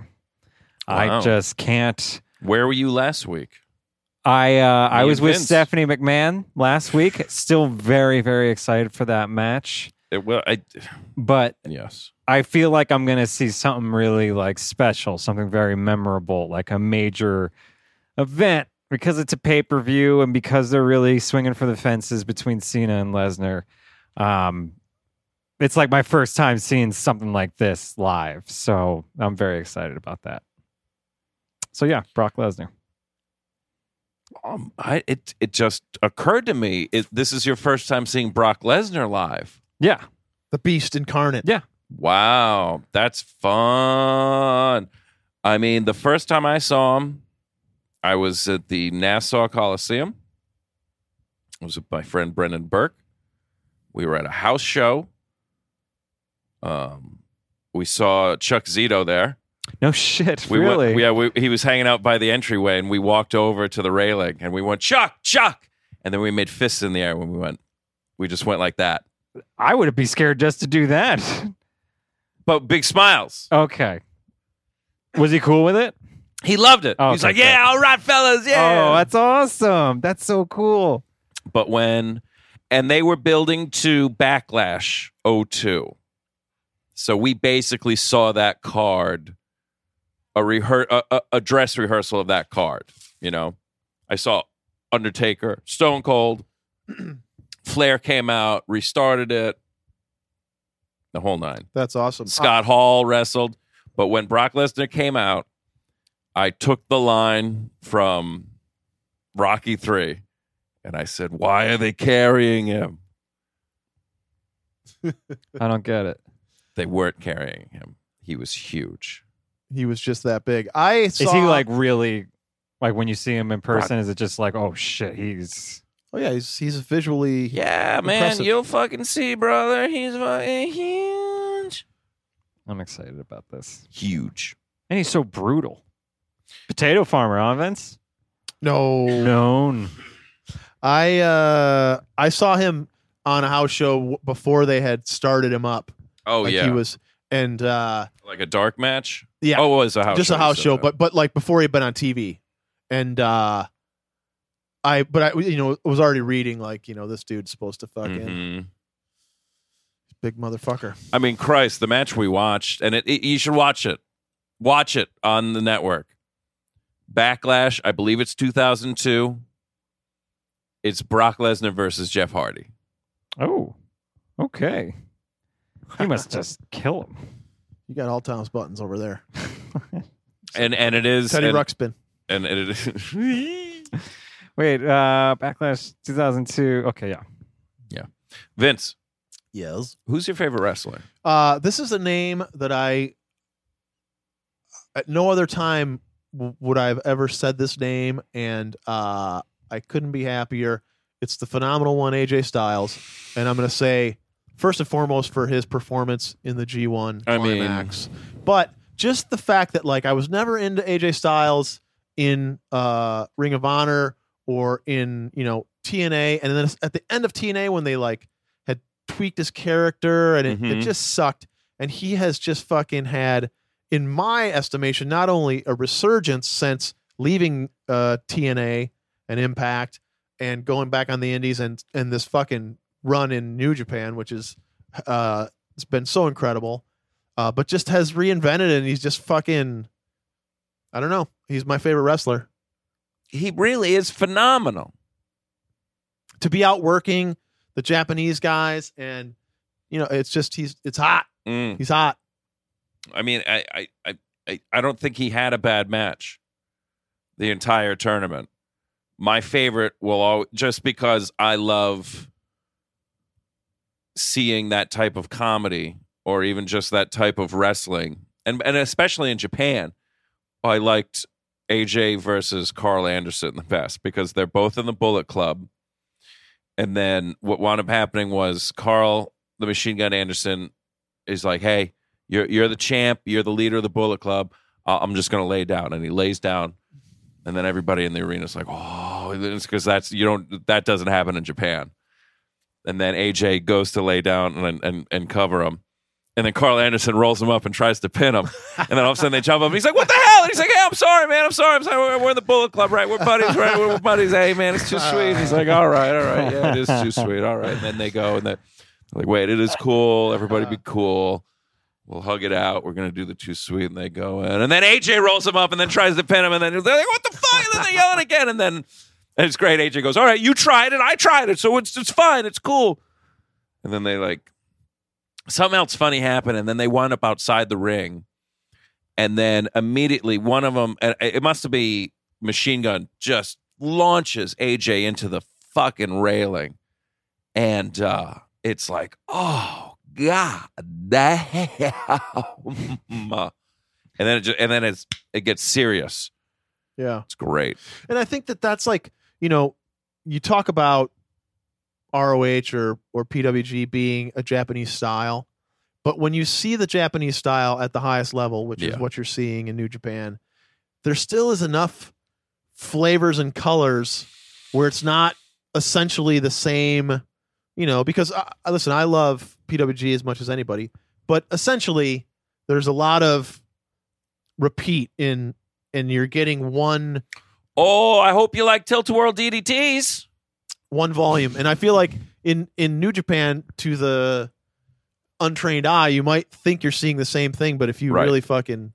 Wow. I just can't. Where were you last week? I uh, I Me was and with Vince. Stephanie McMahon last week. Still very very excited for that match. It will. I, but yes, I feel like I'm gonna see something really like special, something very memorable, like a major event because it's a pay per view and because they're really swinging for the fences between Cena and Lesnar. Um, it's like my first time seeing something like this live, so I'm very excited about that. So yeah, Brock Lesnar. um, I it it just occurred to me. It, this is your first time seeing Brock Lesnar live. Yeah, the Beast incarnate. Yeah, Wow, that's fun. I mean, the first time I saw him, I was at the Nassau Coliseum. I was with my friend Brendan Burke. We were at a house show. Um, we saw Chuck Zito there. No shit, We went- really. yeah, we, he was hanging out by the entryway, and we walked over to the railing, and we went Chuck, Chuck, and then we made fists in the air when we went. We just went like that, I would be scared just to do that. but big smiles. okay. Was he cool with it? He loved it. Oh, He's okay, like, yeah, all right, fellas, yeah. Oh, that's awesome. That's so cool. but when and they were building to backlash 02 so we basically saw that card a rehear a, a, a dress rehearsal of that card you know i saw undertaker stone cold <clears throat> flair came out restarted it the whole nine That's <laughs> awesome. Scott Hall wrestled, but when Brock Lesnar came out, I took the line from Rocky 3 and I said, "Why are they carrying him?" I don't get it. They weren't carrying him. He was huge. He was just that big. I saw. Is he like really like when you see him in person? Is it just like oh shit, he's Oh yeah, he's he's visually. Yeah, Impressive. man, you'll fucking see, brother. He's fucking huge. I'm excited about this, Huge. and he's so brutal. Potato farmer, huh, Vince? No. Known. I uh I saw him on a house show w- before they had started him up. Oh like yeah. he was and uh like a dark match? Yeah. Oh, it was a house just show. a house So show, that- but but like before he'd been on TV, and uh I but I you know was already reading like you know this dude's supposed to fucking Mhm. big motherfucker. I mean, Christ, the match we watched, and it, it- you should watch it. Watch it on the network. Backlash, I believe it's 2002. It's Brock Lesnar versus Jeff Hardy. Oh, okay. <laughs> He must just kill him. You got all Tom's buttons over there. And and it is Teddy and, Ruxpin. and it is <laughs> Wait, uh Backlash 2002. Okay, yeah. Vince, Yes. who's your favorite wrestler? Uh, this is a name that I, at no other time w- would I have ever said this name, and uh, I couldn't be happier. It's the phenomenal one, AJ Styles, and I'm going to say first and foremost for his performance in the G1 I mean- climax, but just the fact that like I was never into AJ Styles in uh, Ring of Honor or in you know TNA, and then at the end of TNA when they like had tweaked his character and it, it Mhm. just sucked, and he has just fucking had, in my estimation, not only a resurgence since leaving uh, TNA and Impact and going back on the Indies and and this fucking run in New Japan, which is uh, it's been so incredible, uh, but just has reinvented it and he's just fucking. I don't know. He's my favorite wrestler. He really is phenomenal. to be out working the Japanese guys, and you know, it's just he's it's hot. Mm. He's hot. I mean, I, I- I, I, I don't think he had a bad match the entire tournament. My favorite will always, just because I love seeing that type of comedy or even just that type of wrestling, and and especially in Japan, I liked AJ versus Carl Anderson the best because they're both in the Bullet Club. And then what wound up happening was Carl, the Machine Gun Anderson, is like, "Hey, you're you're the champ. You're the leader of the Bullet Club. Uh, I'm just gonna lay down, and he lays down, and then everybody in the arena is like, oh, because that's you don't that doesn't happen in Japan. And then AJ goes to lay down and and and cover him, and then Carl Anderson rolls him up and tries to pin him, and then all of a sudden they jump up. And he's like, what the hell? And he's like, hey, I'm sorry, man. I'm sorry. I'm sorry. We're, we're in the Bullet Club, right? We're buddies, right? We're, we're buddies. Hey, man, it's too sweet. And he's like, all right, all right, yeah, it is too sweet. All right. And then they go and then Like, wait, it is cool. Everybody be cool. We'll hug it out. We're gonna do the too sweet, and they go in, and then AJ rolls him up, and then tries to pin him, and then they're like, "What the fuck?" And then they're yelling again, and then and it's great. AJ goes, "All right, you tried it. I tried it, so it's it's fine. It's cool." And then they like something else funny happened, and then they wind up outside the ring, and then immediately one of them, and it must be Machine Gun, just launches AJ into the fucking railing, and uh, it's like, oh god <laughs> damn, and then it just, and then it's it gets serious. Yeah. It's great. And I think that that's like, you know, you talk about ROH or or PWG being a Japanese style, but when you see the Japanese style at the highest level, which is Yeah. what you're seeing in New Japan, there still is enough flavors and colors where it's not essentially the same, you know, because I, I- listen, I love PWG as much as anybody, but essentially there's a lot of repeat in and you're getting one Oh, I hope you like Tilt World DDTs. one volume and i feel like in in new japan to the untrained eye you might think you're seeing the same thing but if you Right. really fucking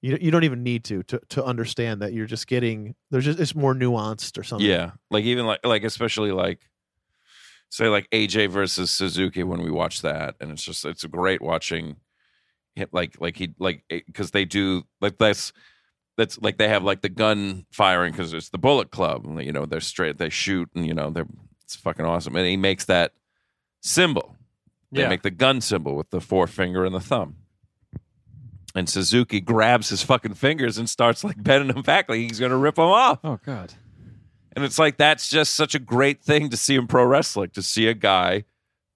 you, you don't even need to, to to understand that you're just getting there's just it's more nuanced or something Yeah, like even like like especially like say like AJ versus Suzuki when we watch that, and it's just it's great watching him like like he like because they do like that's that's like they have like the gun firing because it's the Bullet Club, and, you know they're straight they shoot and you know they're it's fucking awesome, and he makes that symbol. They Yeah. make the gun symbol with the forefinger and the thumb. And Suzuki grabs his fucking fingers and starts like bending them back like he's gonna rip them off. Oh God. And it's like that's just such a great thing to see in pro wrestling to see a guy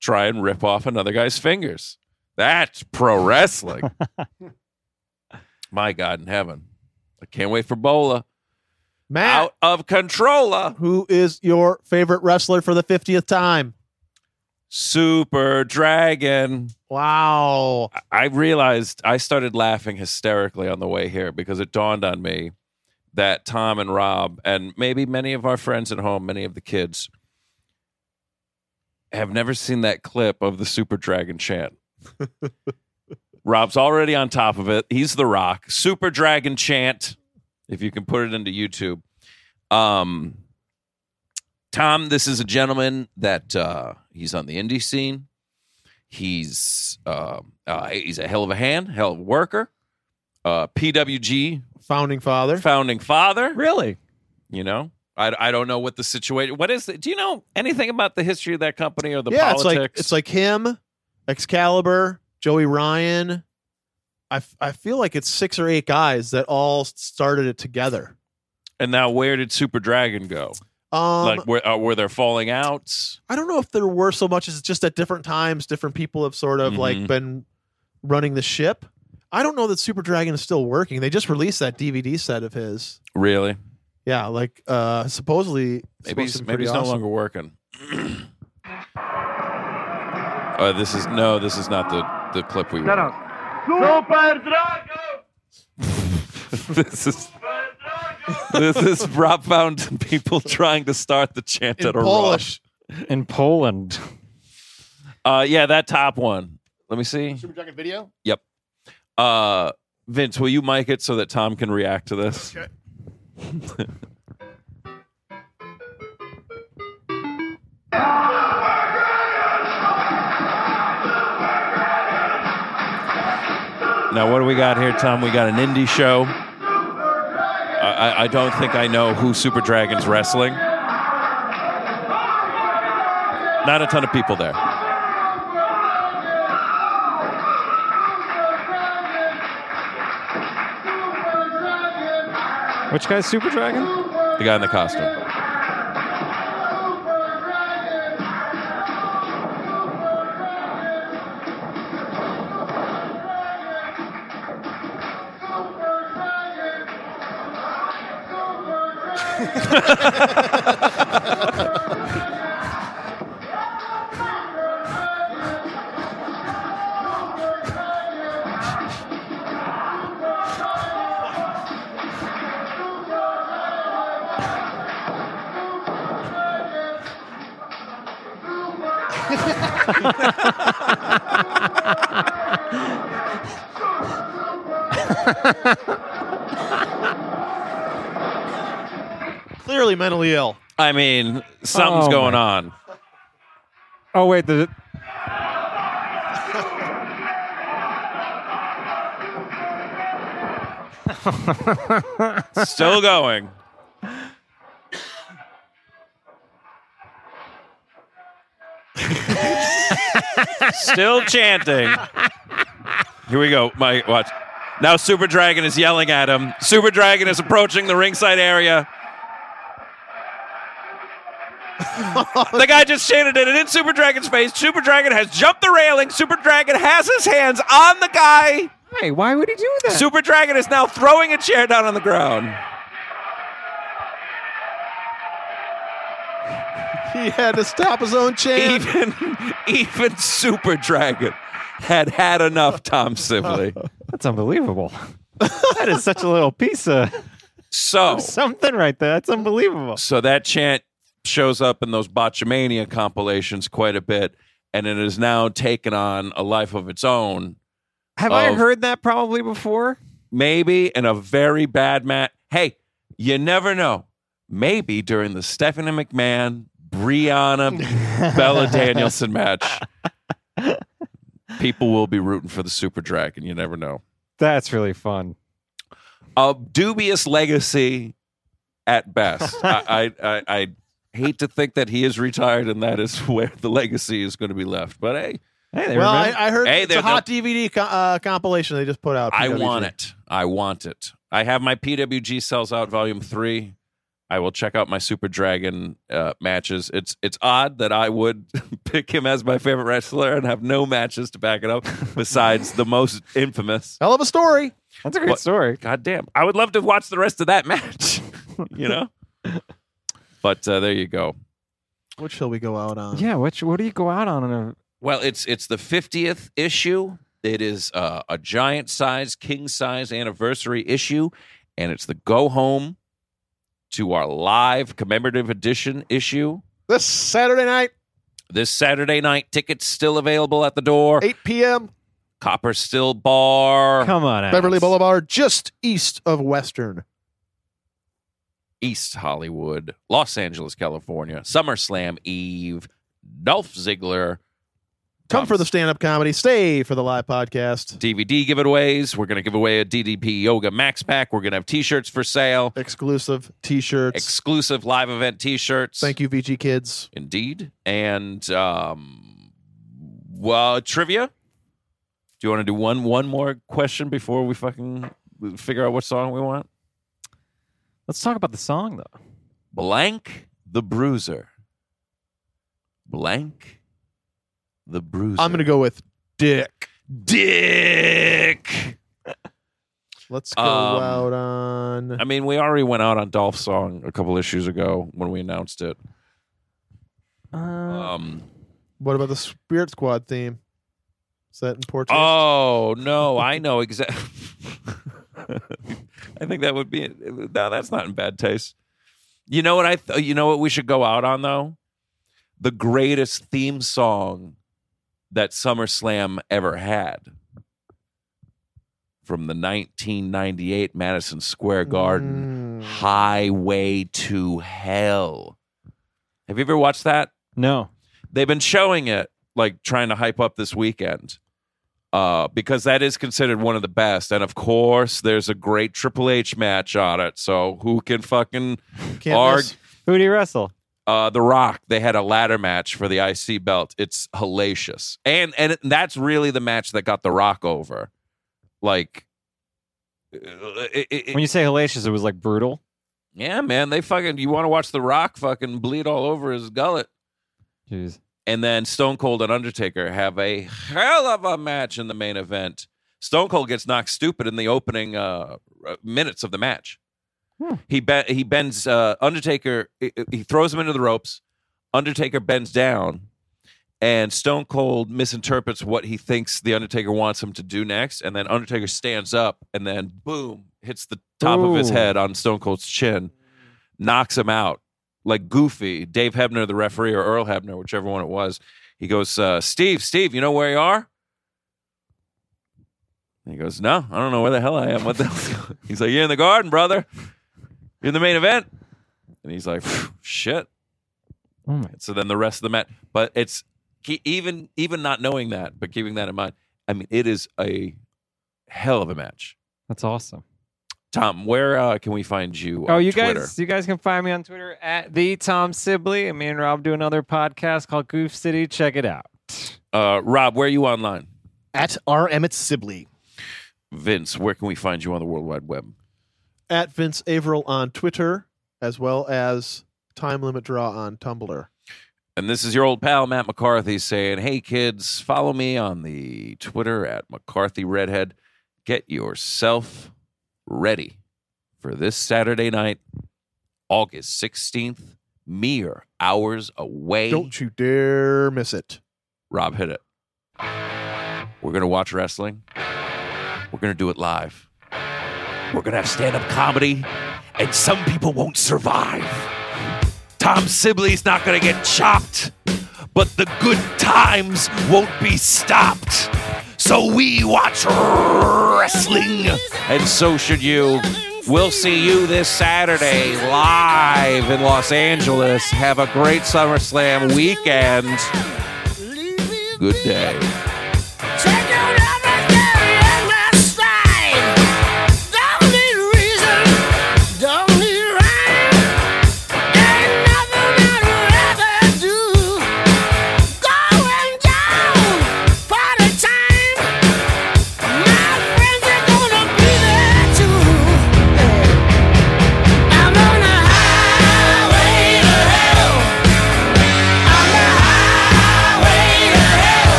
try and rip off another guy's fingers. That's pro wrestling. My God in heaven. I can't wait for Bola. matt Out of uh, controller. who is your favorite wrestler for the 50th time Super Dragon. wow I- I realized I started laughing hysterically on the way here because it dawned on me that Tom and Rob and maybe many of our friends at home, many of the kids, have never seen that clip of the Super Dragon chant. Rob's already on top of it. He's the rock. Super Dragon chant, if you can put it into YouTube. Um, Tom, this is a gentleman that uh, he's on the indie scene. He's uh, uh, he's a hell of a hand, hell of a worker. Uh, PWG founding father founding father. Really? You know, I, I don't know what the situation. What is it? Do you know anything about the history of that company or the yeah politics? it's like it's like him excalibur joey ryan I, f- I feel like it's six or eight guys that all started it together and now where did Super Dragon go? um like where uh, were there falling outs? I don't know if there were so much as just at different times, different people have sort of Mhm. like been running the ship. I don't know that Super Dragon is still working. They just released that DVD set of his. Really? Yeah, like uh supposedly it's Maybe supposed he's, to be maybe pretty he's no awesome. longer working. <clears throat> uh, this is no, this is not the the clip we want. Super Dragon! <laughs> this is this is Rob found people trying to start the chant in at a Raw. Polish. In Poland. Uh, yeah, that top one. Let me see. Super Dragon video? Uh, Vince, will you mic it so that Tom can react to this? Okay. <laughs> now, what do we got here, Tom? We got an indie show. I, I, I don't think I know who Super Dragon's wrestling. Not a ton of people there. Which guy's Super Dragon? The guy in the costume. Clearly mentally ill. I mean, something's Oh, going my- on. Oh wait, the Still going. Still chanting. Here we go. My watch. Now Super Dragon is yelling at him. Super Dragon is approaching the ringside area. the guy just chanted it in Super Dragon's face. Super Dragon has jumped the railing. Super Dragon has his hands on the guy. Hey, why would he do that? Super Dragon is now throwing a chair down on the ground. He had to stop <laughs> his own chant. even even Super Dragon had had enough Tom Sibley. that's <laughs> unbelievable. that is such a little piece of So <laughs> something right there. That's unbelievable. so that chant shows up in those Botchamania compilations quite a bit, and it has now taken on a life of its own. Have I Of- heard that probably before? Maybe in a very bad match. Hey, you never know. Maybe during the Stephanie McMahon Brianna Bella Danielson match, people will be rooting for the Super Dragon. You never know. That's really fun. a dubious legacy at best. I, I, I, I hate to think that he is retired and that is <laughs> where the legacy is going to be left. But hey, Hey, they Well, I, remember- I heard Hey, it's there- a hot DVD co- uh, compilation they just put out. I PWG. want it. I want it. I have my PWG sells out volume three. I will check out my Super Dragon uh, matches. It's it's odd that I would <laughs> pick him as my favorite wrestler and have no matches to back it up besides the most infamous. Hell of a story. that's a great What- story. God damn. I would love to watch the rest of that match, <laughs> you know? but uh, there you go. What shall we go out Uh, on? Yeah, which what do you go out on? In a, Well, it's it's the 50th issue. It is uh, a giant size, king size anniversary issue, and it's the go home to our live commemorative edition issue. This Saturday night, This Saturday night, tickets still available at the door. 8 p.m., Copper Still Bar come on, Alex. Beverly Boulevard, just east of Western. East Hollywood, Los Angeles, California, SummerSlam Eve, Dolph Ziggler. Come Tom for the stand up comedy, stay for the live podcast. DVD giveaways. We're going to give away a DDP Yoga Max Pack. We're going to have t shirts for sale, Exclusive t shirts. exclusive live event t shirts. Thank you, VG Kids. Indeed. And, um, well, trivia. Do you want to do one one more question before we fucking figure out what song we want? Let's talk about the song though. Blank the Bruiser. Blank the Bruiser. I'm going to go with Dick. Dick. Let's go Um, out on. I mean, we already went out on Dolph's song a couple issues ago when we announced it. Uh, Um, What about the Spirit Squad theme? Is that important? Oh no, I know exactly. <laughs> I think that would be no. That's not in bad taste. You know what I? Th- you know what we should go out on though. The greatest theme song that SummerSlam ever had from the 1998 Madison Square Garden Mm. Highway to Hell. Have you ever watched that? no. they've been showing it like trying to hype up this weekend uh, because that is considered one of the best and of course there's a great triple h match on it so who can fucking Can't Arg- miss. Who do you wrestle? uh, the rock they had a ladder match for the ic belt it's hellacious and and it- that's really the match that got the rock over like uh, it- it- it- When you say hellacious, it was like brutal. yeah man they fucking you want to watch the rock fucking bleed all over his gullet Jeez. and then Stone Cold and Undertaker have a hell of a match in the main event. Stone Cold gets knocked stupid in the opening uh, uh, minutes of the match. Hmm. He be- he bends uh, Undertaker. He he throws him into the ropes. Undertaker bends down, and Stone Cold misinterprets what he thinks the Undertaker wants him to do next. And then Undertaker stands up, and then boom, hits the top of his Ooh. head on Stone Cold's chin, knocks him out like Goofy, Dave Hebner, the referee, or Earl Hebner, whichever one it was. He goes, uh, Steve, Steve, you know where you are? And he goes, No, I don't know where the hell I am. What the hell's going <laughs> on?" He's like, You're in the garden, brother. You're in the main event. And he's like, "Phew, Shit. Oh my- So then the rest of the match, but it's ke- even even not knowing that, but keeping that in mind. I mean, it is a hell of a match. That's awesome. Tom, where uh, can we find you? Oh, on you Twitter? guys, you guys can find me on Twitter at the Tom Sibley. And me and Rob do another podcast called Goof City. Check it out. Uh, Rob, where are you online? At R. Emmett Sibley. Vince, where can we find you on the World Wide Web? At Vince Averill on Twitter, as well as Time Limit Draw on Tumblr. And this is your old pal Matt McCarthy saying, "Hey kids, follow me on the Twitter at McCarthy Redhead. Get yourself ready for this Saturday night, August sixteenth, mere hours away. Don't you dare miss it. Rob hit it. We're gonna watch wrestling. We're gonna do it live. We're gonna have stand-up comedy, and some people won't survive. Tom Sibley's not gonna get chopped, but the good times won't be stopped. So we watch wrestling, and so should you. We'll see you this Saturday live in Los Angeles. Have a great SummerSlam weekend. Good day.